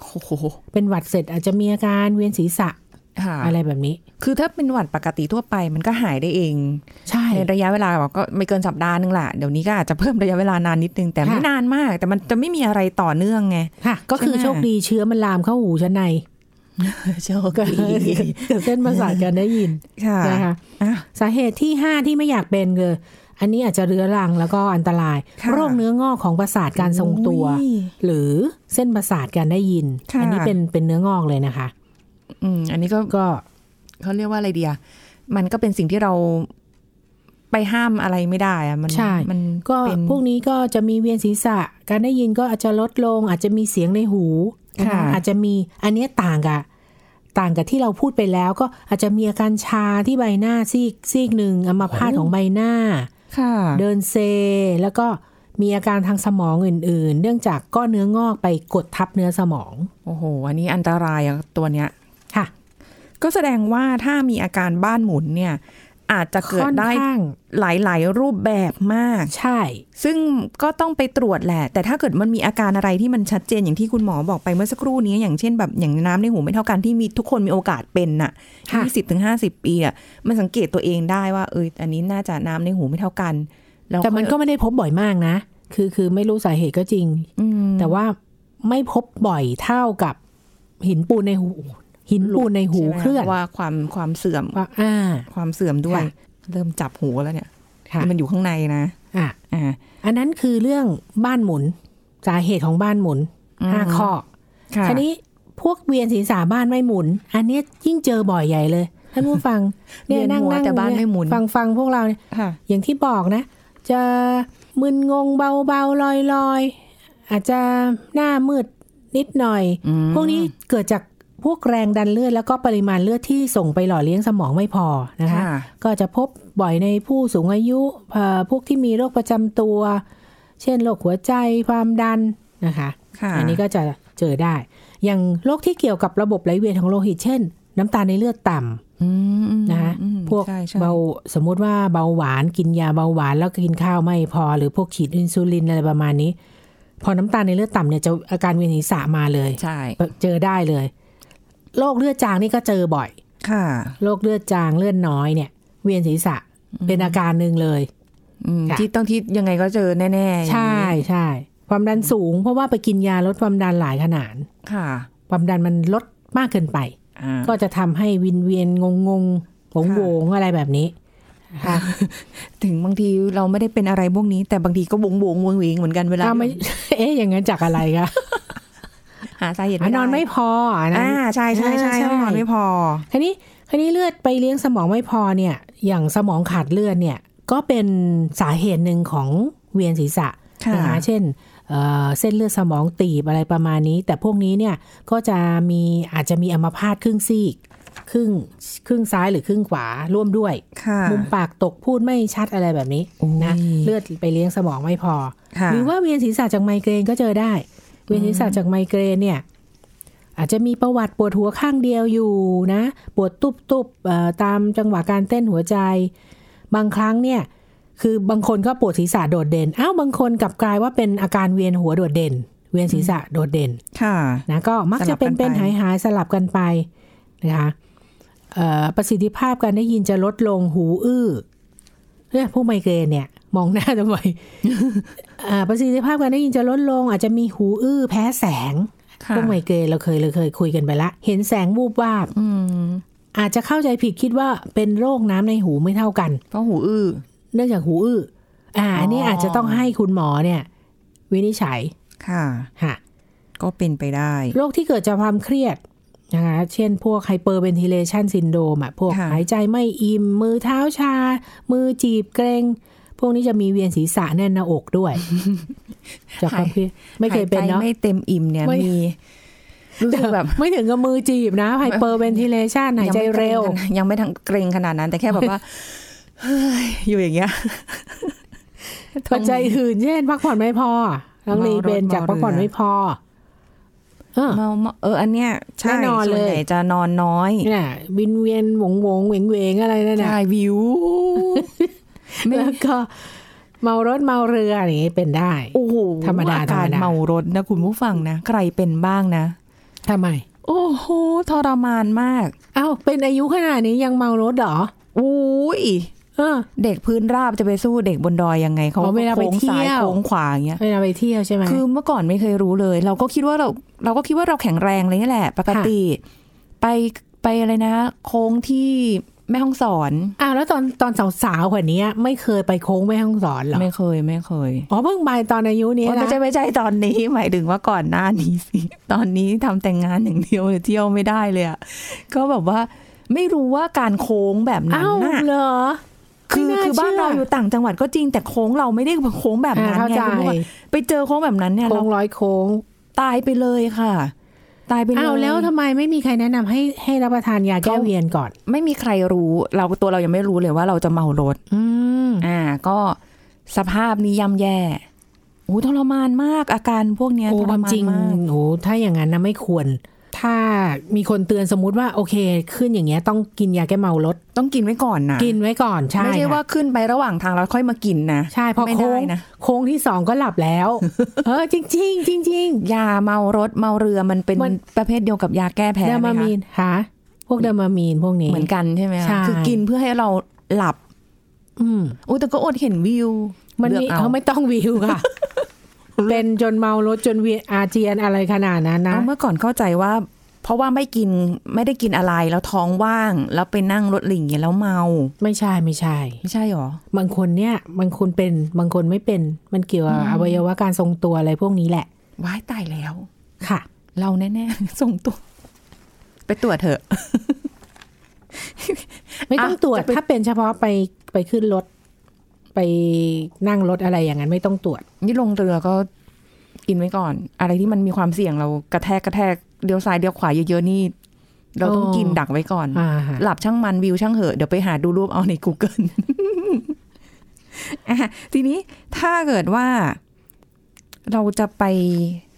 [SPEAKER 3] โอ้โห
[SPEAKER 2] เป็นหวัดเสร็จอาจจะมีอาการเวียนศีรษะ
[SPEAKER 3] ค่ะ
[SPEAKER 2] อะไรแบบนี้
[SPEAKER 3] คือถ้าเป็นหวัดปกติทั่วไปมันก็หายได้เอง
[SPEAKER 2] ใช่
[SPEAKER 3] ในระยะเวลาก็ไม่เกินสัปดาห์นึงแหละเดี๋ยวนี้ก็อาจจะเพิ่มระยะเวลานานนิดนึง แต่ไม่
[SPEAKER 2] ค่ะ
[SPEAKER 3] นานมาก แต่มันจะไม่มีอะไรต่อเนื่องไง
[SPEAKER 2] ค่ะ ก็คือ
[SPEAKER 3] ใช่ไหม
[SPEAKER 2] โชคดีเชื้อมันลามเข้าหูชั้นใน
[SPEAKER 3] โชค
[SPEAKER 2] เกิด
[SPEAKER 3] ดี
[SPEAKER 2] เกิดเส้นประสาทการได้ยิน
[SPEAKER 3] ค่ะ
[SPEAKER 2] นะคะ
[SPEAKER 3] อ่ะ
[SPEAKER 2] สาเหตุที่ 5 ที่ไม่อยากเป็นคืออันนี้อาจจะเรื้อรังแล้วก็อันตราย
[SPEAKER 3] ค่ะ
[SPEAKER 2] โรคเนื้องอกของประสาทการทรงตัว
[SPEAKER 3] อุ้ย
[SPEAKER 2] หรือเส้นประสาทการได้ยิน
[SPEAKER 3] ค่ะ
[SPEAKER 2] อันี้เป็นเป็นเนื้องอกเลยนะคะ
[SPEAKER 3] อืมอันนี้ก็
[SPEAKER 2] ก็
[SPEAKER 3] เขาเรียกว่าอะไรเดียมันก็เป็นสิ่งที่เราไปห้ามอะไรไม่ได้อะมัน
[SPEAKER 2] ใช่
[SPEAKER 3] มัน
[SPEAKER 2] ก็
[SPEAKER 3] เป็น
[SPEAKER 2] พวกนี้ก็จะมีเวียนศีรษะ การได้ยินก็อาจจะลดลง อาจจะมีเสียงในหูน
[SPEAKER 3] ค่ะ
[SPEAKER 2] อาจจะมีอันเนี้ยต่างกับต่างกับที่เราพูดไปแล้ว ก็อาจจะมีอาการชาที่ใบหน้าซีกซีกหนึ่งอัมพาตของใบหน้า
[SPEAKER 3] ค่ะ
[SPEAKER 2] เดินเซ แล้วก็มีอาการทางสมองอื่น ๆ เนื่องจากก้อนเนื้องอกไปกดทับเนื้อสมอง
[SPEAKER 3] โอ้โห อันนี้อันตรายอะตัวเนี้ย
[SPEAKER 2] ค่ะ
[SPEAKER 3] ก็แสดงว่าถ้ามีอาการบ้านหมุนเนี่ย อาจจะเกิด
[SPEAKER 2] ค่อน
[SPEAKER 3] ได้
[SPEAKER 2] ข้าง
[SPEAKER 3] หลาย ๆ รูปแบบมาก
[SPEAKER 2] ใช่
[SPEAKER 3] ซึ่งก็ต้องไปตรวจแหละ แต่ถ้าเกิดมันมีอาการอะไรที่มันชัดเจนอย่างที่คุณหมอบอกไปเมื่อสักครู่นี้ อย่างเช่นแบบอย่างน้ำในหูไม่เท่ากันที่มีทุกคนมีโอกาสเป็นน่ะ
[SPEAKER 2] ค่ะ
[SPEAKER 3] ยี่สิบถึงห้าสิบปีอ่ะมันสังเกตตัวเองได้ว่าเอออันนี้น่าจะน้ำในหูไม่เท่ากันล้ว
[SPEAKER 2] แต่มันก็ไม่ได้พบบ่อยมากนะ คือคือไม่รู้สาเหตุก็จริง
[SPEAKER 3] อืม
[SPEAKER 2] แต่ว่าไม่พบบ่อยเท่ากับหินปูนในหู หินปูนในหู
[SPEAKER 3] ใช่ไม
[SPEAKER 2] เคลื่อน
[SPEAKER 3] ว่าความความเสื่อม
[SPEAKER 2] ว่าอ่า
[SPEAKER 3] ความเสื่อมด้วย
[SPEAKER 2] ค่ะ
[SPEAKER 3] เริ่มจับหูแล้วเนี่ย
[SPEAKER 2] ค่ะ
[SPEAKER 3] มันอยู่ข้างในนะ
[SPEAKER 2] อ่ะ
[SPEAKER 3] อ่า
[SPEAKER 2] อันนั้นคือเรื่องบ้านหมุนสาเหตุของบ้านหมุน
[SPEAKER 3] อืม
[SPEAKER 2] ห้าข้อ
[SPEAKER 3] ค่ะ
[SPEAKER 2] ทีนี้พวกเวียนศีรษะบ้านไม่หมุน อันเนี้ยยิ่งเจอบ่อยใหญ่เลยท่านผู้ฟัง
[SPEAKER 3] [laughs] เวียนหัวแต่บ้านไม่หมุน
[SPEAKER 2] ฟังฟังพวกเราเนี่ย
[SPEAKER 3] ค่ะ
[SPEAKER 2] อย่างที่บอกนะ จะมึนงงเบาๆลอยๆ อาจจะหน้ามืดนิดหน่อย
[SPEAKER 3] อืม
[SPEAKER 2] พวกนี้เกิดจากพวกแรงดันเลือดแล้วก็ปริมาณเลือดที่ส่งไปหล่อเลี้ยงสมองไม่พอนะคะ
[SPEAKER 3] ค่ะ
[SPEAKER 2] ก็จะพบบ่อยในผู้สูงอายุเอ่อพวกที่มีโรคประจำตัว เช่นโรคหัวใจความดันนะคะ
[SPEAKER 3] ค่ะ
[SPEAKER 2] อันนี้ก็จะเจอได้ อย่างโรคที่เกี่ยวกับระบบไหลเวียนของโลหิต เช่น น้ำตาลในเลือดต่
[SPEAKER 3] อืมอืม
[SPEAKER 2] ำนะคะ
[SPEAKER 3] อืม
[SPEAKER 2] พวก
[SPEAKER 3] ใช่ใช่
[SPEAKER 2] เบาสมมุติว่าเบาหวานกินยาเบาหวานแล้วก็กินข้าวไม่พอ หรือพวกฉีดอินซูลินอะไรประมาณนี้ พอน้ำตาลในเลือดต่ำเนี่ยจะอาการเวียนศีรษะมาเลย
[SPEAKER 3] ใช่
[SPEAKER 2] เจอได้เลย โรคเลือดจางนี่ก็เจอบ่อย
[SPEAKER 3] ค่ะ
[SPEAKER 2] โรคเลือดจางเลือดน้อยเนี่ย เวียนศีรษะเป็นอาการหนึ่งเลย
[SPEAKER 3] อืม
[SPEAKER 2] ค่ะ
[SPEAKER 3] ที่ต้องที่ยังไงก็เจอแน่ๆ
[SPEAKER 2] ใช่ใช่ความดันสูง เพราะว่าไปกินยาลดความดันหลายขนาด
[SPEAKER 3] ค่ะ
[SPEAKER 2] ความดันมันลดมากเกินไป
[SPEAKER 3] อ่า
[SPEAKER 2] ก็จะทำให้วินเวียนงงงงโหง
[SPEAKER 3] ค่ะ
[SPEAKER 2] โหวงอะไรแบบนี้ค่ะ
[SPEAKER 3] [laughs] ถึงบางทีเราไม่ได้เป็นอะไรพวกนี้ แต่บางทีก็บงบงวงเวงเหมือนกันเวลา
[SPEAKER 2] เราไม่ [laughs] เอ๊ะอย่างนั้นจากอะไรคะ
[SPEAKER 3] หาสาเหตุ
[SPEAKER 2] อ่ะนอนไม่พออ่ะนะ
[SPEAKER 3] อ่าใช่ใช่ใช่
[SPEAKER 2] อ่าใช่
[SPEAKER 3] ต้องนอนไม่พอ
[SPEAKER 2] คันนี้คันนี้เลือดไปเลี้ยงสมองไม่พอเนี่ย อย่างสมองขาดเลือดเนี่ย ก็เป็นสาเหตุหนึ่งของเวียนศีรษะ
[SPEAKER 3] ค่ะ
[SPEAKER 2] นะคะเช่นเอ่อเส้นเลือดสมองตีบอะไรประมาณนี้ แต่พวกนี้เนี่ยก็จะมีอาจจะมีอัมพาตครึ่งซีก ครึ่งครึ่งซ้ายหรือครึ่งขวาร่วมด้วย
[SPEAKER 3] ค่ะ
[SPEAKER 2] มุมปากตกพูดไม่ชัดอะไรแบบนี้
[SPEAKER 3] โอ้ย
[SPEAKER 2] นะเลือดไปเลี้ยงสมองไม่พอ
[SPEAKER 3] ค่ะ
[SPEAKER 2] หรือว่าเวียนศีรษะจากไมเกรนก็เจอได้ เวียนศีรษะจากไมเกรนเนี่ย อาจจะมีประวัติปวดหัวข้างเดียวอยู่นะ ปวดตุบๆเอ่อตามจังหวะการเต้นหัวใจ บางครั้งเนี่ย คือบางคนก็ปวดศีรษะโดดเด่นอ้าวบางคนกลับกลายว่าเป็นอาการเวียนหัวโดดเด่น เวียนศีรษะโดดเด่น
[SPEAKER 3] ค่ะ
[SPEAKER 2] นะก็มักจะเป็น
[SPEAKER 3] สลับกันไป
[SPEAKER 2] เป็นหายหายสลับกันไปนะคะเอ่อประสิทธิภาพการได้ยินจะลดลงหูอื้อเนี่ยผู้ไมเกรนเนี่ย มองหน้าทำไม [laughs] อ่าประสิทธิภาพการได้ยินจะลดลง อาจจะมีหูอื้อแพ้แสง
[SPEAKER 3] ค่ะ
[SPEAKER 2] พวกไมเกรนเราเคยเราเคยคุยกันไปละ เห็นแสงวูบวาบ
[SPEAKER 3] อืม
[SPEAKER 2] อาจจะเข้าใจผิดคิดว่าเป็นโรคน้ำในหูไม่เท่ากัน
[SPEAKER 3] เพราะหูอื้อ
[SPEAKER 2] เนื่องจากหูอื้ออ่าอันนี้
[SPEAKER 3] อ๋ออ
[SPEAKER 2] อาจจะต้องให้คุณหมอเนี่ย วินิจฉัย
[SPEAKER 3] ค่ะ
[SPEAKER 2] ค่ะ
[SPEAKER 3] ก็เป็นไปได้
[SPEAKER 2] โรคที่เกิดจากความเครียดนะคะเช่นพวกไฮเปอร์เวนทิเลชันซินโดมอะพวก
[SPEAKER 3] ค่ะ
[SPEAKER 2] หายใจไม่อิ่ม มือเท้าชา มือจีบเกรง พวกนี้จะมีเวียนศีรษะแน่นหน้าอกด้วย
[SPEAKER 3] [laughs]
[SPEAKER 2] จากความเครียดไม่เคยเป็น
[SPEAKER 3] ห
[SPEAKER 2] เนาะ
[SPEAKER 3] ใจไม่เต็มอิ่มเนี่ย
[SPEAKER 2] ไม่
[SPEAKER 3] มีรู้สึกแบบ
[SPEAKER 2] [laughs] ไม่ถึงกับมือจีบนะไฮเปอร์เวนทิเลชันหายใจเร็ว
[SPEAKER 3] [laughs] ยังไม่ทันเกรงขนาดนั้น แต่แค่แบบ
[SPEAKER 2] [laughs]
[SPEAKER 3] ว่าเฮ้ยอยู่อย่างเงี้ย
[SPEAKER 2] ปัจจัยอื่นเช่นพักผ่อนไม่พอน้องลีเป็นจากพักผ่อนไม่พอเออ
[SPEAKER 3] เมาเมาเอออันเนี้ยใช่
[SPEAKER 2] แน่นอน
[SPEAKER 3] ส่ว
[SPEAKER 2] เลย
[SPEAKER 3] ใหญ่จะนอนน้อย
[SPEAKER 2] นี่น่ะบินเวียนหวงหวงเหวงเหวงอะไรนั่นน่ะ
[SPEAKER 3] ใช่วิว ไม่
[SPEAKER 2] แล้วก็เมารถเมาเรืออย่างนี้เป็นได้
[SPEAKER 3] โอ้โห
[SPEAKER 2] ธรรมดา
[SPEAKER 3] อกา
[SPEAKER 2] ธร
[SPEAKER 3] ร
[SPEAKER 2] รมดา
[SPEAKER 3] เมารถนะคุณผู้ฟังนะ ใครเป็นบ้างนะ
[SPEAKER 2] ทำไม
[SPEAKER 3] เอ โอ้โหทรมานมาก
[SPEAKER 2] เอ้าเป็นอายุขนาดนี้ยังเมารถเหรอ
[SPEAKER 3] อุ้ย
[SPEAKER 2] เออ
[SPEAKER 3] เด็กพื้นราบจะไปสู้เด็กบนดอยยังไงเขา
[SPEAKER 2] อ๋อเวลาไป
[SPEAKER 3] โค้งซ้าย
[SPEAKER 2] เที่ยว
[SPEAKER 3] โค้งขวาอย่างเงี้ย
[SPEAKER 2] เวลาไปเที่ยวใช่ไหม
[SPEAKER 3] คือเมื่อก่อนไม่เคยรู้เลย เราก็คิดว่าเราเราก็คิดว่าเราแข็งแรงเลยนี่แหละ ปกติ ไปไปอะไรนะ โค้งที่แม่ห้องสอน
[SPEAKER 2] อ้าวแล้วตอนตอนสาวๆกว่านี้ไม่เคยไปโค้งแม่ฮ่องสอนเหรอ
[SPEAKER 3] ไม่เคยไม่เคย
[SPEAKER 2] อ๋อเพิ่งไปตอนอายุนี้
[SPEAKER 3] โอ๊ย
[SPEAKER 2] นะ
[SPEAKER 3] ไม่ใช่ไม่ใช่ตอนนี้ [laughs] หมายถึงว่าก่อนหน้านี้สิ [laughs] ตอนนี้ทำแต่งงานอย่างเดียวเลยเที่ยวไม่ได้เลยอะก็แบบว่าไม่รู้ว่าการโค้งแบบนั้น
[SPEAKER 2] อ้าว
[SPEAKER 3] น่ะ
[SPEAKER 2] เหรอ
[SPEAKER 3] คือ
[SPEAKER 2] ไม่น่า
[SPEAKER 3] คือบ้าน
[SPEAKER 2] เชื่อ
[SPEAKER 3] เราอยู่ต่างจังหวัดก็จริงแต่โค้งเราไม่ได้โค้งแบบนั้น
[SPEAKER 2] อ่าเข้า
[SPEAKER 3] ไง
[SPEAKER 2] ใจ
[SPEAKER 3] คุณผู้ฟังไปเจอโค้งแบบนั้นเนี่ย
[SPEAKER 2] โค้
[SPEAKER 3] เรา
[SPEAKER 2] งร้อยโค้ง
[SPEAKER 3] ตายไปเลยค่ะ ตายไปเลย
[SPEAKER 2] อ้าวแล้วทำไมไม่มีใครแนะนำให้ให้รับประทานยาแก้เวียนก่อน
[SPEAKER 3] ไม่มีใครรู้เราตัวเรายังไม่รู้เลยว่าเราจะเมารถ
[SPEAKER 2] อืม
[SPEAKER 3] อ่า ก็สภาพนี้ย่ำแย่โอ้ทรมานมากอาการพวกเนี้ย
[SPEAKER 2] โอ้
[SPEAKER 3] ทร
[SPEAKER 2] ความ
[SPEAKER 3] มาน
[SPEAKER 2] จริง
[SPEAKER 3] มาก
[SPEAKER 2] โอ้ถ้าอย่างนั้นนะไม่ควร ถ้ามีคนเตือนสมมุติว่าโอเค ขึ้นอย่างเงี้ยต้องกินยาแก้เมารถ
[SPEAKER 3] ต้องกินไว้ก่อนนะ
[SPEAKER 2] กินไว้ก่อนใช่
[SPEAKER 3] ไม่ใช่
[SPEAKER 2] ค่ะ
[SPEAKER 3] ว่าขึ้นไประหว่างทางแล้วค่อยมากินนะ
[SPEAKER 2] ใช่พอ
[SPEAKER 3] ไม่
[SPEAKER 2] โค้
[SPEAKER 3] ได้
[SPEAKER 2] ง
[SPEAKER 3] นะ
[SPEAKER 2] โค้งที่สองก็หลับ
[SPEAKER 3] [laughs]
[SPEAKER 2] แล้ว เออจริง ๆ จริง
[SPEAKER 3] ยาเมารถเมาเรือมันเป็น
[SPEAKER 2] มัน
[SPEAKER 3] ประเภทเดียวกับยาแก้แพ้
[SPEAKER 2] ๆเด
[SPEAKER 3] ไหม
[SPEAKER 2] มา
[SPEAKER 3] คะ
[SPEAKER 2] มีนค่ะพวกเดมามีนพวกนี้
[SPEAKER 3] เหมือนกันใช่ไหมคะ
[SPEAKER 2] ใช่
[SPEAKER 3] คือกินเพื่อให้เราหลับ
[SPEAKER 2] อืม
[SPEAKER 3] โอ้แต่ก็อดเห็นวิว
[SPEAKER 2] มัน
[SPEAKER 3] ลือก
[SPEAKER 2] มี
[SPEAKER 3] เอา
[SPEAKER 2] เขาไม่ต้องวิว
[SPEAKER 3] [laughs]
[SPEAKER 2] ค่ะ เป็นจนเมารถจนเวียนอาเจียนอะไรขนาดนั้นนะ
[SPEAKER 3] เอาเมื่อก่อนเข้าใจว่า เพราะว่าไม่กินไม่ได้กินอะไรแล้วท้องว่าง แล้วไปนั่งรถหลิงอย่างเงี้ยแล้วเมา
[SPEAKER 2] ไม่ใช่ไม่ใช่
[SPEAKER 3] ไม่ใช่หรอ
[SPEAKER 2] บางคนเนี่ย บางคนเป็นบางคนไม่เป็น มันเกี่ยวกับอวัยวะการทรงตัวอะไรพวกนี้แหละ
[SPEAKER 3] ว้ายตายแล้ว
[SPEAKER 2] ค่ะ
[SPEAKER 3] เราแน่ ๆ [laughs] ส่งตัว ไปตรวจเถอะ
[SPEAKER 2] ไม่ต้องตรวจ
[SPEAKER 3] จะไป
[SPEAKER 2] ถ้าเป็นเฉพาะไปไปขึ้นรถ ไปนั่งรถอะไรอย่างนั้นไม่ต้องตรวจ
[SPEAKER 3] นี่ลงเรือก็กินไว้ก่อน อะไรที่มันมีความเสี่ยงเรากระแทกกระแทกเดี๋ยวซ้ายเดี๋ยวขวาเยอะๆนี่ เราต้อง
[SPEAKER 2] อ๋อ
[SPEAKER 3] กินดักไว้ก่อน
[SPEAKER 2] อ่าฮะ
[SPEAKER 3] หลับช่างมันวิวช่างเหอะเดี๋ยวไปหาดูรูปเอาใน Google [laughs] อ่ะทีนี้ถ้าเกิดว่า เราจะไป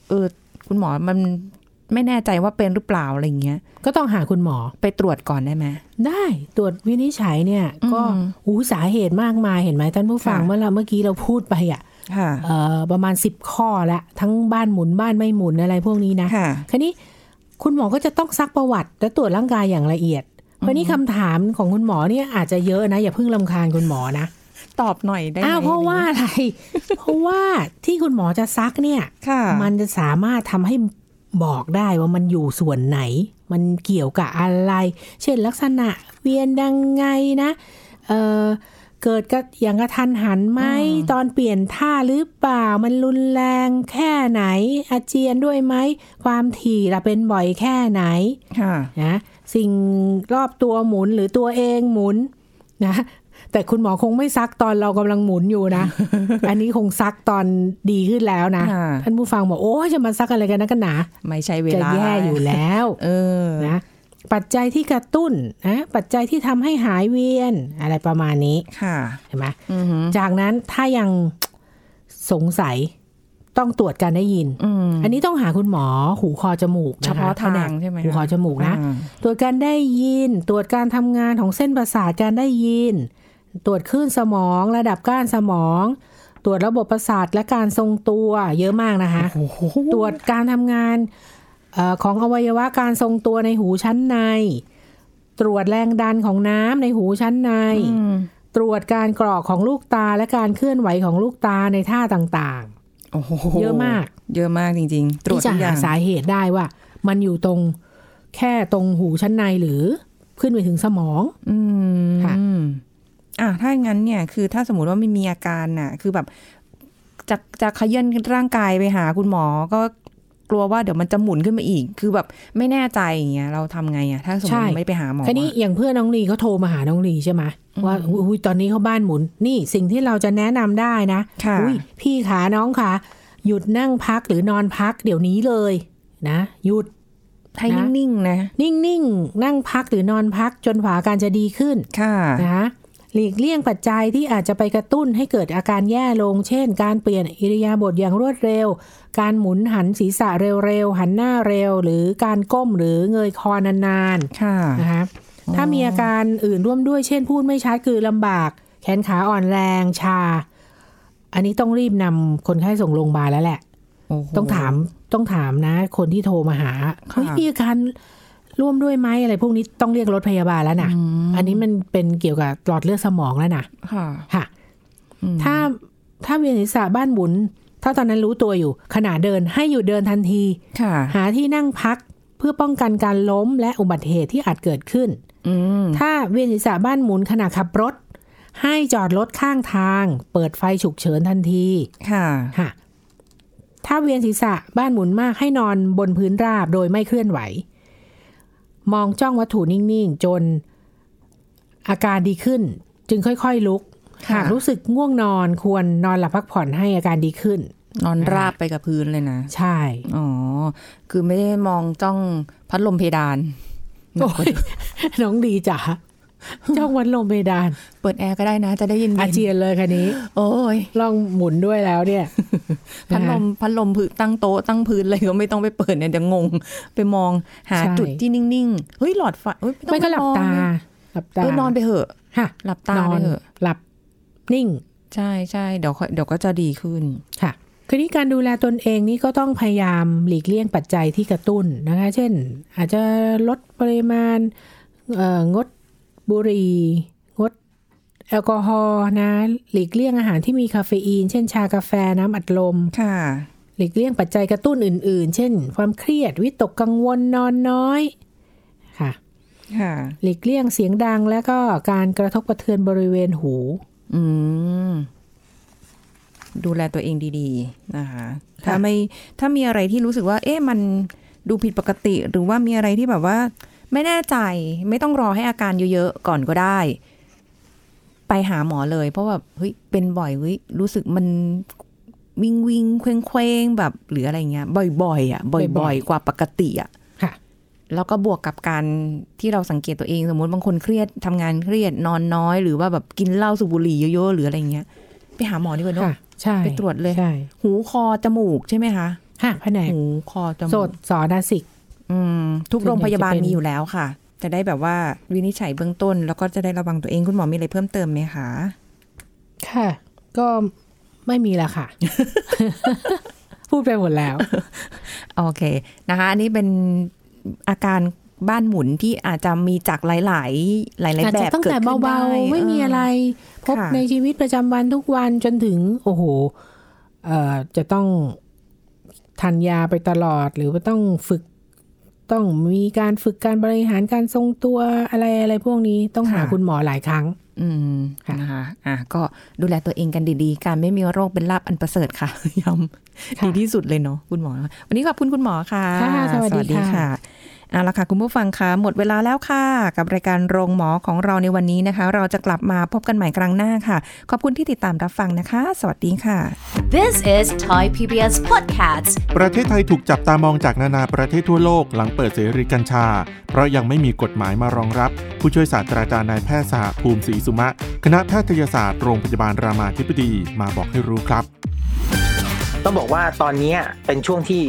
[SPEAKER 3] เออ คุณหมอมันไม่แน่ใจว่าเป็นหรือเปล่าอะไรอย่างเงี้ย
[SPEAKER 2] ก็ต้องหาคุณหมอ
[SPEAKER 3] ไปตรวจก่อนได้ไหม
[SPEAKER 2] ได้ตรวจวินิจฉัยเนี่ย ก็
[SPEAKER 3] อืม
[SPEAKER 2] หูสาเหตุมากมายเห็นไหมท่านผู้ฟัง
[SPEAKER 3] ค่ะ
[SPEAKER 2] เมื่อเราเมื่อกี้เราพูดไปอ่ะ
[SPEAKER 3] ค่ะ
[SPEAKER 2] เอ่อประมาณ 10 ข้อละทั้งบ้านหมุนบ้านไม่หมุนอะไรพวกนี้นะ
[SPEAKER 3] ค่ะ
[SPEAKER 2] คันนี้คุณหมอก็จะต้องซักประวัติ และตรวจร่างกายอย่างละเอียดวันนี้คำถามของคุณหมอเนี่ยอาจจะเยอะนะ อย่าเพิ่งลำคาญคุณหมอนะ
[SPEAKER 3] ตอบหน่อยได้ไหม
[SPEAKER 2] อ้าวเพราะว่าอะไร เพราะว่าที่คุณหมอจะซักเนี่ย
[SPEAKER 3] ค่ะ
[SPEAKER 2] มันจะสามารถทำให้บอกได้ว่ามันอยู่ส่วนไหน มันเกี่ยวกับอะไร เช่นลักษณะเวียนดังไงนะ เออเกิดกระอย่างกระทันหันไหมตอนเปลี่ยนท่าหรือเปล่า มันรุนแรงแค่ไหน อาเจียนด้วยไหม ความถี่ละเป็นบ่อยแค่ไหน
[SPEAKER 3] ค่ะ
[SPEAKER 2] นะสิ่งรอบตัวหมุนหรือตัวเองหมุนนะแต่คุณหมอคงไม่ซักตอนเรากำลังหมุนอยู่นะ
[SPEAKER 3] [laughs]
[SPEAKER 2] อันนี้คงซักตอนดีขึ้นแล้วนะ
[SPEAKER 3] ค่ะ
[SPEAKER 2] ท่านผู้ฟังบอกโอ้ยจะมาซักอะไรกันนะกันหนา
[SPEAKER 3] ไม่ใช่เว
[SPEAKER 2] จะ
[SPEAKER 3] ลา
[SPEAKER 2] แย่อยู่แล้ว
[SPEAKER 3] เออ
[SPEAKER 2] นะปัจจัยที่กระตุ้นนะปัจจัยที่ทำให้หายเวียนอะไรประมาณนี้
[SPEAKER 3] ค่ะ
[SPEAKER 2] เห็นไหม
[SPEAKER 3] อือหือ
[SPEAKER 2] จากนั้นถ้ายังสงสัยต้องตรวจการได้ยิน
[SPEAKER 3] อืม
[SPEAKER 2] อันนี้ต้องหาคุณหมอหูคอจมูกนค
[SPEAKER 3] เฉพาะทาง
[SPEAKER 2] แผนก
[SPEAKER 3] ใช่ไหมคะ
[SPEAKER 2] หูคอจมูกนะ
[SPEAKER 3] อ่า
[SPEAKER 2] ตรวจการได้ยิน ตรวจการทำงานของเส้นประสาทการได้ยิน ตรวจคลื่นสมองระดับก้านสมอง ตรวจระบบประสาทและการทรงตัวเยอะมากนะคะ
[SPEAKER 3] โอ้โห
[SPEAKER 2] ตรวจการทำงานเออของอวัยวะการทรงตัวในหูชั้นใน ตรวจแรงดันของน้ำในหูชั้นใน
[SPEAKER 3] อืม
[SPEAKER 2] ตรวจการกรอกของลูกตาและการเคลื่อนไหวของลูกตาในท่าต่าง
[SPEAKER 3] โอ้โห
[SPEAKER 2] เยอะมาก
[SPEAKER 3] เยอะมากจริง ๆ
[SPEAKER 2] ๆ
[SPEAKER 3] ตรวจ
[SPEAKER 2] ที่จะ
[SPEAKER 3] ทุกอ
[SPEAKER 2] หา
[SPEAKER 3] ย่าง
[SPEAKER 2] สาเหตุได้ว่า มันอยู่ตรงแค่ตรงหูชั้นในหรือขึ้นไปถึงสมอง
[SPEAKER 3] อืม
[SPEAKER 2] ค่ะ
[SPEAKER 3] อืมอ่ะถ้าอย่างนั้นเนี่ย คือถ้าสมมติว่ามันมีอาการน่ะ คือแบบจะจะขยื่นร่างกายไปหาคุณหมอก็กลัวว่าเดี๋ยวมันจะหมุนขึ้นมาอีก คือแบบไม่แน่ใจอย่างเงี้ยเราทำไงอ่ะ ถ้าสมมติไม่ไปหาหมอ
[SPEAKER 2] คันนี้
[SPEAKER 3] อ่ะ
[SPEAKER 2] อย่างเพื่อนน้องลีเขาโทรมาหาน้องลีใช่ไหมว่าอุ้ยตอนนี้เขาบ้านหมุน นี่สิ่งที่เราจะแนะนำได้นะ
[SPEAKER 3] ค่ะ
[SPEAKER 2] อุ๊ยพี่ขาน้องขาหยุดนั่งพักหรือนอนพักเดี๋ยวนี้เลยนะหยุด
[SPEAKER 3] ให้
[SPEAKER 2] นะ
[SPEAKER 3] นิ่งๆนะ
[SPEAKER 2] นิ่งๆ นั่งพักหรือนอนพักจนกว่าอาการจะดีขึ้น
[SPEAKER 3] ค่ะ
[SPEAKER 2] นะหลีกเลี่ยงปัจจัยที่อาจจะไปกระตุ้นให้เกิดอาการแย่ลง เช่น การเปลี่ยนอิริยาบถอย่างรวดเร็ว การหมุนหันศีรษะเร็วๆ หันหน้าเร็ว หรือการก้มหรือเงยคอนานๆ
[SPEAKER 3] ค่ะ
[SPEAKER 2] นะคะถ้ามีอาการอื่นร่วมด้วยเช่นพูดไม่ชัดคือลำบาก แขนขาอ่อนแรงชา อันนี้ต้องรีบนำคนไข้ส่งโรงพยาบาลแล้วแหละ
[SPEAKER 3] โโห
[SPEAKER 2] ต้องถาม ต้องถามนะ คนที่โทรมาหาเฮ้ยมีอาการร่วมด้วยไหมอะไรพวกนี้ต้องเรียกรถพยาบาลแล้วนะอันนี้มันเป็นเกี่ยวกับหลอดเลือดสมองแล้วนะ
[SPEAKER 3] ค่ะ
[SPEAKER 2] ค่ะถ้าถ้าเวียนศีรษะบ้านหมุน ถ้าตอนนั้นรู้ตัวอยู่ ขณะเดินให้หยุดเดินทันที
[SPEAKER 3] ค่ะ
[SPEAKER 2] หาที่นั่งพักเพื่อป้องกันการล้มและอุบัติเหตุที่อาจเกิดขึ้น
[SPEAKER 3] อืม
[SPEAKER 2] ถ้าเวียนศีรษะบ้านหมุนขณะขับรถ ให้จอดรถข้างทาง เปิดไฟฉุกเฉินทันที
[SPEAKER 3] ค่ะ
[SPEAKER 2] ค่ะถ้าเวียนศีรษะบ้านหมุนมากให้นอนบนพื้นราบโดยไม่เคลื่อนไหว มองจ้องวัตถุนิ่งๆ จนอาการดีขึ้น จึงค่อยๆลุก หากรู้สึกง่วงนอนควรนอนหลับพักผ่อนให้อาการดีขึ้น
[SPEAKER 3] นอนราบไปกับพื้นเลยนะ
[SPEAKER 2] ใช่
[SPEAKER 3] อ๋อ คือไม่ได้มองจ้องพัดลมเพดาน
[SPEAKER 2] โอ้ยน้องดี
[SPEAKER 3] [laughs]
[SPEAKER 2] จ๋าจ้องวันลมเพดาน
[SPEAKER 3] เปิดแอร์ก็ได้นะ จะได้เย็นๆ
[SPEAKER 2] อาเจียนเลยคันนี้
[SPEAKER 3] โอ้ย
[SPEAKER 2] ลองหมุนด้วยแล้วเนี่ย
[SPEAKER 3] [laughs] พัดลม
[SPEAKER 2] นะ
[SPEAKER 3] พัดลมพื้นตั้งโต๊ะตั้งพื้นอะไรก็ไม่ต้องไปเปิดเนี่ยเดี๋ยวงง ไปมองหา
[SPEAKER 2] ใช่
[SPEAKER 3] จุดที่นิ่งๆ เฮ้ยหลอดไฟเฮ้ย
[SPEAKER 2] ไม่ก็หลับตา หลับตา
[SPEAKER 3] เออนอนไปเถอะ
[SPEAKER 2] ค่ะ
[SPEAKER 3] หลับตาน
[SPEAKER 2] อ
[SPEAKER 3] ไป
[SPEAKER 2] น
[SPEAKER 3] เถอะ
[SPEAKER 2] หลับนิ่ง
[SPEAKER 3] ใช่ใช่เดี๋ยวค่อยเดี๋ยวก็จะดีขึ้น
[SPEAKER 2] ค่ะคือนี้การดูแลตนเองนี่ก็ต้องพยายามหลีกเลี่ยงปัจจัยที่กระตุ้นนะคะ เช่น อาจจะลดปริมาณเอ่องดบุหรี่งดแอลกอฮอล์นะ หลีกเลี่ยงอาหารที่มีคาเฟอีน เช่นชากาแฟน้ำอัดลม
[SPEAKER 3] ค่ะ
[SPEAKER 2] หลีกเลี่ยงปัจจัยกระตุ้นอื่น ๆ เช่น ความเครียดวิตกกังวลนอนน้อยค่ะ
[SPEAKER 3] ค่ะ
[SPEAKER 2] หลีกเลี่ยงเสียงดังและก็การกระทบกระเทือนบริเวณหู
[SPEAKER 3] อืม ดูแลตัวเองดีๆนะคะถ้าไม่ถ้ามีอะไรที่รู้สึกว่า เอ๊ะมันดูผิดปกติ หรือว่ามีอะไรที่แบบว่า ไม่แน่ใจ ไม่ต้องรอให้อาการเยอะๆก่อนก็ได้ ไปหาหมอเลย เพราะแบบเฮ้ยเป็นบ่อยเฮ้ยรู้สึกมันวิงวิงๆเคว้งเคว้งๆแบบ หรืออะไรเงี้ยบ่อยๆอ่ะ
[SPEAKER 2] บ่
[SPEAKER 3] บ่
[SPEAKER 2] อ
[SPEAKER 3] อย ย
[SPEAKER 2] ๆ
[SPEAKER 3] ๆกว่าปกติอ่ะ
[SPEAKER 2] ค่ะ
[SPEAKER 3] แล้วก็บวกกับการที่เราสังเกตตัวเอง สมมติบางคนเครียดทำงานเครียดนอนน้อย หรือว่าแบบกินเหล้าสูบบุหรี่เยอะๆหรืออะไรเงี้ย ไปหาหมอดีกว่าเนอะ
[SPEAKER 2] ค่ะ ใช่
[SPEAKER 3] ไปตรวจเลย
[SPEAKER 2] ใช่
[SPEAKER 3] หูคอจมูกใช่ไหมคะ
[SPEAKER 2] ค่ะแผนก
[SPEAKER 3] หูคอจ
[SPEAKER 2] โส
[SPEAKER 3] มูก
[SPEAKER 2] ดสอนาสิก
[SPEAKER 3] อืมทุก
[SPEAKER 2] ส่วนใหญ่
[SPEAKER 3] โรงพยาบาล
[SPEAKER 2] จะเป็น
[SPEAKER 3] มีอยู่แล้วค่ะ จะได้แบบว่าวินิจฉัยเบื้องต้น แล้วก็จะได้ระวังตัวเองคุณหมอมีอะไรเพิ่มเติมไหมคะ
[SPEAKER 2] ค่ะ ก็ไม่มีละค่ะ [laughs] พูดไปหมดแล้ว
[SPEAKER 3] โอเคนะคะ อันนี้เป็นอาการบ้านหมุนที่อาจจะมีจากหลาย ๆ หลาย
[SPEAKER 2] อาจ
[SPEAKER 3] ๆ แบ
[SPEAKER 2] จะ
[SPEAKER 3] บ
[SPEAKER 2] ตั้ง
[SPEAKER 3] เกิด
[SPEAKER 2] แต่
[SPEAKER 3] ขึ้
[SPEAKER 2] เ
[SPEAKER 3] น
[SPEAKER 2] บา
[SPEAKER 3] ด้
[SPEAKER 2] ๆ ไม่มีอะไร พบ
[SPEAKER 3] ค่ะ
[SPEAKER 2] ในชีวิตประจำวันทุกวันจนถึง โอ้โหเอ่อจะต้องทานยาไปตลอด หรือว่าต้องฝึก ต้องมีการฝึกการบริหารการทรงตัวอะไรอะไรพวกนี้ต้องหาคุณหมอหลายครั้ง
[SPEAKER 3] อืม
[SPEAKER 2] ค่ะ
[SPEAKER 3] นะคะอ่ะก็ดูแลตัวเองกันดีๆ การไม่มีโรคเป็นลาบอันประเสริฐค่ะ [laughs] ย้ำดีที่สุดเลยเนาะคุณหมอ วันนี้ขอบคุณคุณหมอค่ะ
[SPEAKER 2] ค่ะสวัสดีค่ะ
[SPEAKER 3] เอาละค่ะคุณผู้ฟังคะหมดเวลาแล้วค่ะ กับรายการโรงหมอของเราในวันนี้นะคะ เราจะกลับมาพบกันใหม่ครั้งหน้าค่ะ ขอบคุณที่ติดตามรับฟังนะคะ สวัสดีค่ะ
[SPEAKER 1] This is Thai PBS Podcast
[SPEAKER 4] ประเทศไทยถูกจับตามองจากนานาประเทศทั่วโลกหลังเปิดเสรีกัญชา เพราะยังไม่มีกฎหมายมารองรับ ผู้ช่วยศาสตราจารย์นายแพทย์สหภูมิศรีสุมะ คณะแพทยศาสตร์โรงพยาบาลรามาธิบดีมาบอกให้รู้ครับ
[SPEAKER 5] ต้องบอกว่าตอนเนี้ยเป็นช่วงที่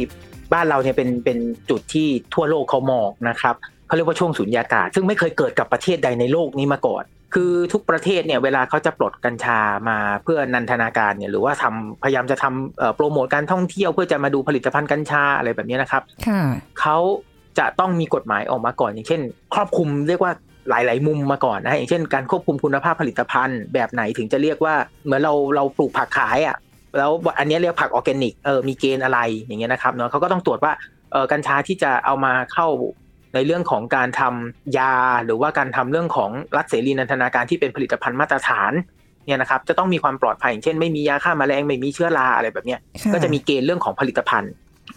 [SPEAKER 5] บ้านเราเนี่ยเป็นเป็นจุดที่ทั่วโลกเขามองนะครับเขาเรียกว่าช่วงสุญญากาศ ซึ่งไม่เคยเกิดกับประเทศใดในโลกนี้มาก่อน คือทุกประเทศเนี่ยเวลาเขาจะปลดกัญชามาเพื่อนันทนาการเนี่ยหรือว่าทำพยายามจะทำเอ่อโปรโมทการท่องเที่ยวเพื่อจะมาดูผลิตภัณฑ์กัญชาอะไรแบบเนี้ยนะครับ
[SPEAKER 3] ค่ะ
[SPEAKER 5] เขาจะต้องมีกฎหมายออกมาก่อน อย่างเช่น ครอบคลุมเรียกว่าหลาย ๆ มุมมาก่อนนะอย่างเช่น การควบคุมคุณภาพผลิตภัณฑ์แบบไหนถึงจะเรียกว่าเหมือนเราเราปลูกผักขายอะ่ะแล้วอันเนี้ยเรียกผักออร์แกนิกเออมีเกณฑ์อะไรอย่างเงี้ยนะครับเนาะเขาก็ต้องตรวจว่าเออกัญชาที่จะเอามาเข้าในเรื่องของการทำยา หรือว่าการทำเรื่องของรัฐเสรีนันทนาการที่เป็นผลิตภัณฑ์มาตรฐานเนี่ยนะครับจะต้องมีความปลอดภัยอย่างเช่น ไม่มียาฆ่าแมลงไม่มีเชื้อราอะไรแบบเนี้ย
[SPEAKER 3] ค่
[SPEAKER 5] ก็จะมีเกณฑ์เรื่องของผลิตภัณฑ์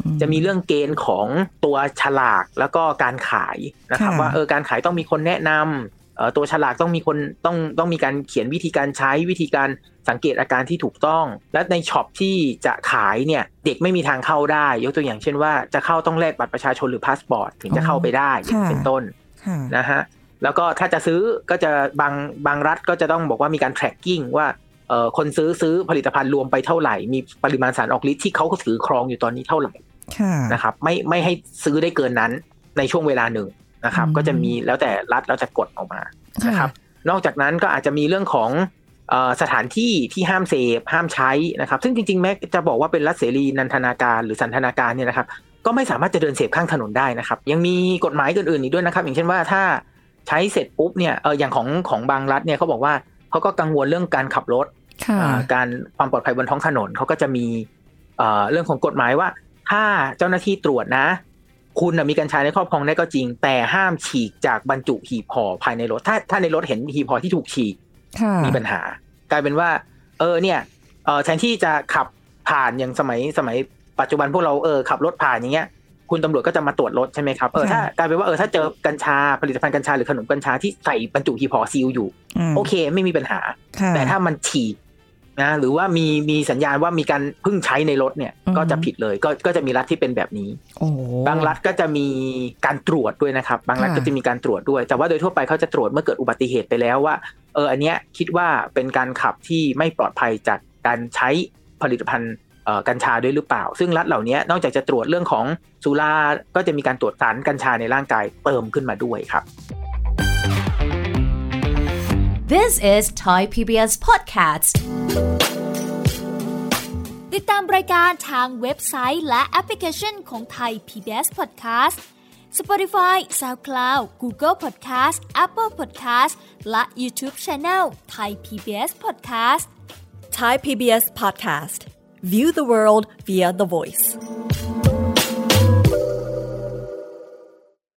[SPEAKER 3] อื
[SPEAKER 5] จะมีเรื่องเกณฑ์ของตัวฉลากแล้วก็การขายนะครับ
[SPEAKER 3] ค่ะ
[SPEAKER 5] ว่าเออการขายต้องมีคนแนะนำเอ่อตัวฉลากต้องมีคนต้องต้องมีการเขียนวิธีการใช้วิธีการสังเกตอาการที่ถูกต้อง และในช็อปที่จะขายเนี่ยเด็กไม่มีทางเข้าได้ ยกตัวอย่างเช่นว่าจะเข้าต้องแลกบัตรประชาชนหรือพาสปอร์ตถึงจะเข้าไปได้อย่างนี้เป็นต้น
[SPEAKER 3] ค่ะ
[SPEAKER 5] นะฮะแล้วก็ถ้าจะซื้อก็จะบางบางรัฐก็จะต้องบอกว่ามีการ tracking ว่าเอ่อคนซื้อซื้อผลิตภัณฑ์รวมไปเท่าไหร่ มีปริมาณสารออกฤทธิ์ที่เขาถือครองอยู่ตอนนี้เท่าไหร่
[SPEAKER 3] ค่ะ
[SPEAKER 5] นะครับไม่ไม่ให้ซื้อได้เกินนั้นในช่วงเวลาหนึ่งนะครับ
[SPEAKER 3] อืม
[SPEAKER 5] ก็จะมีแล้วแต่รัฐแล้วแต่กฎออกมานะครับนอกจากนั้นก็อาจจะมีเรื่องของ เอ่อสถานที่ที่ห้ามเสพห้ามใช้นะครับ ซึ่งจริงๆแม้จะบอกว่าเป็นรัฐเสรีนันทนาการหรือสันทนาการเนี่ยนะครับ ก็ไม่สามารถจะเดินเสพข้างถนนได้นะครับ ยังมีกฎหมายอื่นๆอีกด้วยนะครับ อย่างเช่นว่าถ้าใช้เสร็จปุ๊บเนี่ยเอออย่างของของบางรัฐเนี่ยเขาบอกว่าเขาก็กังวลเรื่องการขับรถ
[SPEAKER 3] ค่ะ
[SPEAKER 5] อ่าการความปลอดภัยบนท้องถนนเขาก็จะมีเอ่อเรื่องของกฎหมายว่า ถ้าเจ้าหน้าที่ตรวจนะ คุณน่ะมีกัญชาในครอบครองได้ก็จริง แต่ห้ามฉีกจากบรรจุหีบห่อภายในรถ ถ้าถ้าในรถเห็นหีบห่อที่ถูกฉีก
[SPEAKER 3] ค่ะ
[SPEAKER 5] มีปัญหา กลายเป็นว่า เออเนี่ยเอ่อแทนที่จะขับผ่านอย่างสมัยสมัยปัจจุบันพวกเราเออขับรถผ่านอย่างเงี้ย คุณตำรวจก็จะมาตรวจรถใช่ไหมครับเออถ้า
[SPEAKER 3] ค่ะ
[SPEAKER 5] กลายเป็นว่าเออถ้าเจอกัญชาผลิตภัณฑ์กัญชาหรือขนมกัญชาที่ใส่บรรจุหีบห่อซีลอยู่
[SPEAKER 3] ม
[SPEAKER 5] โอเค ไม่มีปัญหา
[SPEAKER 3] ค่ะ
[SPEAKER 5] แต่ถ้ามันฉีกนะหรือว่ามีมีสัญญาณว่ามีการเพึ่งใช้ในรถเนี่ย
[SPEAKER 3] อือฮึ
[SPEAKER 5] ก็จะผิดเลยก็ก็จะมีรัฐที่เป็นแบบนี้
[SPEAKER 3] โอ้โห
[SPEAKER 5] บางรัฐก็จะมีการตรวจด้วยนะครับ บางรัฐ
[SPEAKER 3] ค่ะ
[SPEAKER 5] ก็จะมีการตรวจด้วย แต่ว่าโดยทั่วไปเขาจะตรวจเมื่อเกิดอุบัติเหตุไปแล้วว่าเอออันเนี้ยคิดว่าเป็นการขับที่ไม่ปลอดภัยจากการใช้ผลิตภัณฑ์เอ่อกัญชาด้วยหรือเปล่า ซึ่งรัฐเหล่านี้นอกจากจะตรวจเรื่องของสุราก็จะมีการตรวจสารกัญชาในร่างกายเติมขึ้นมาด้วยครับ
[SPEAKER 1] This is Thai PBS Podcast
[SPEAKER 6] ติดตามรายการทางเว็บไซต์และแอปพลิเคชันของไทย PBS Podcast Spotify SoundCloud Google Podcast Apple Podcast และ YouTube Channel Thai PBS Podcast
[SPEAKER 7] Thai PBS podcast. View the world via the voice.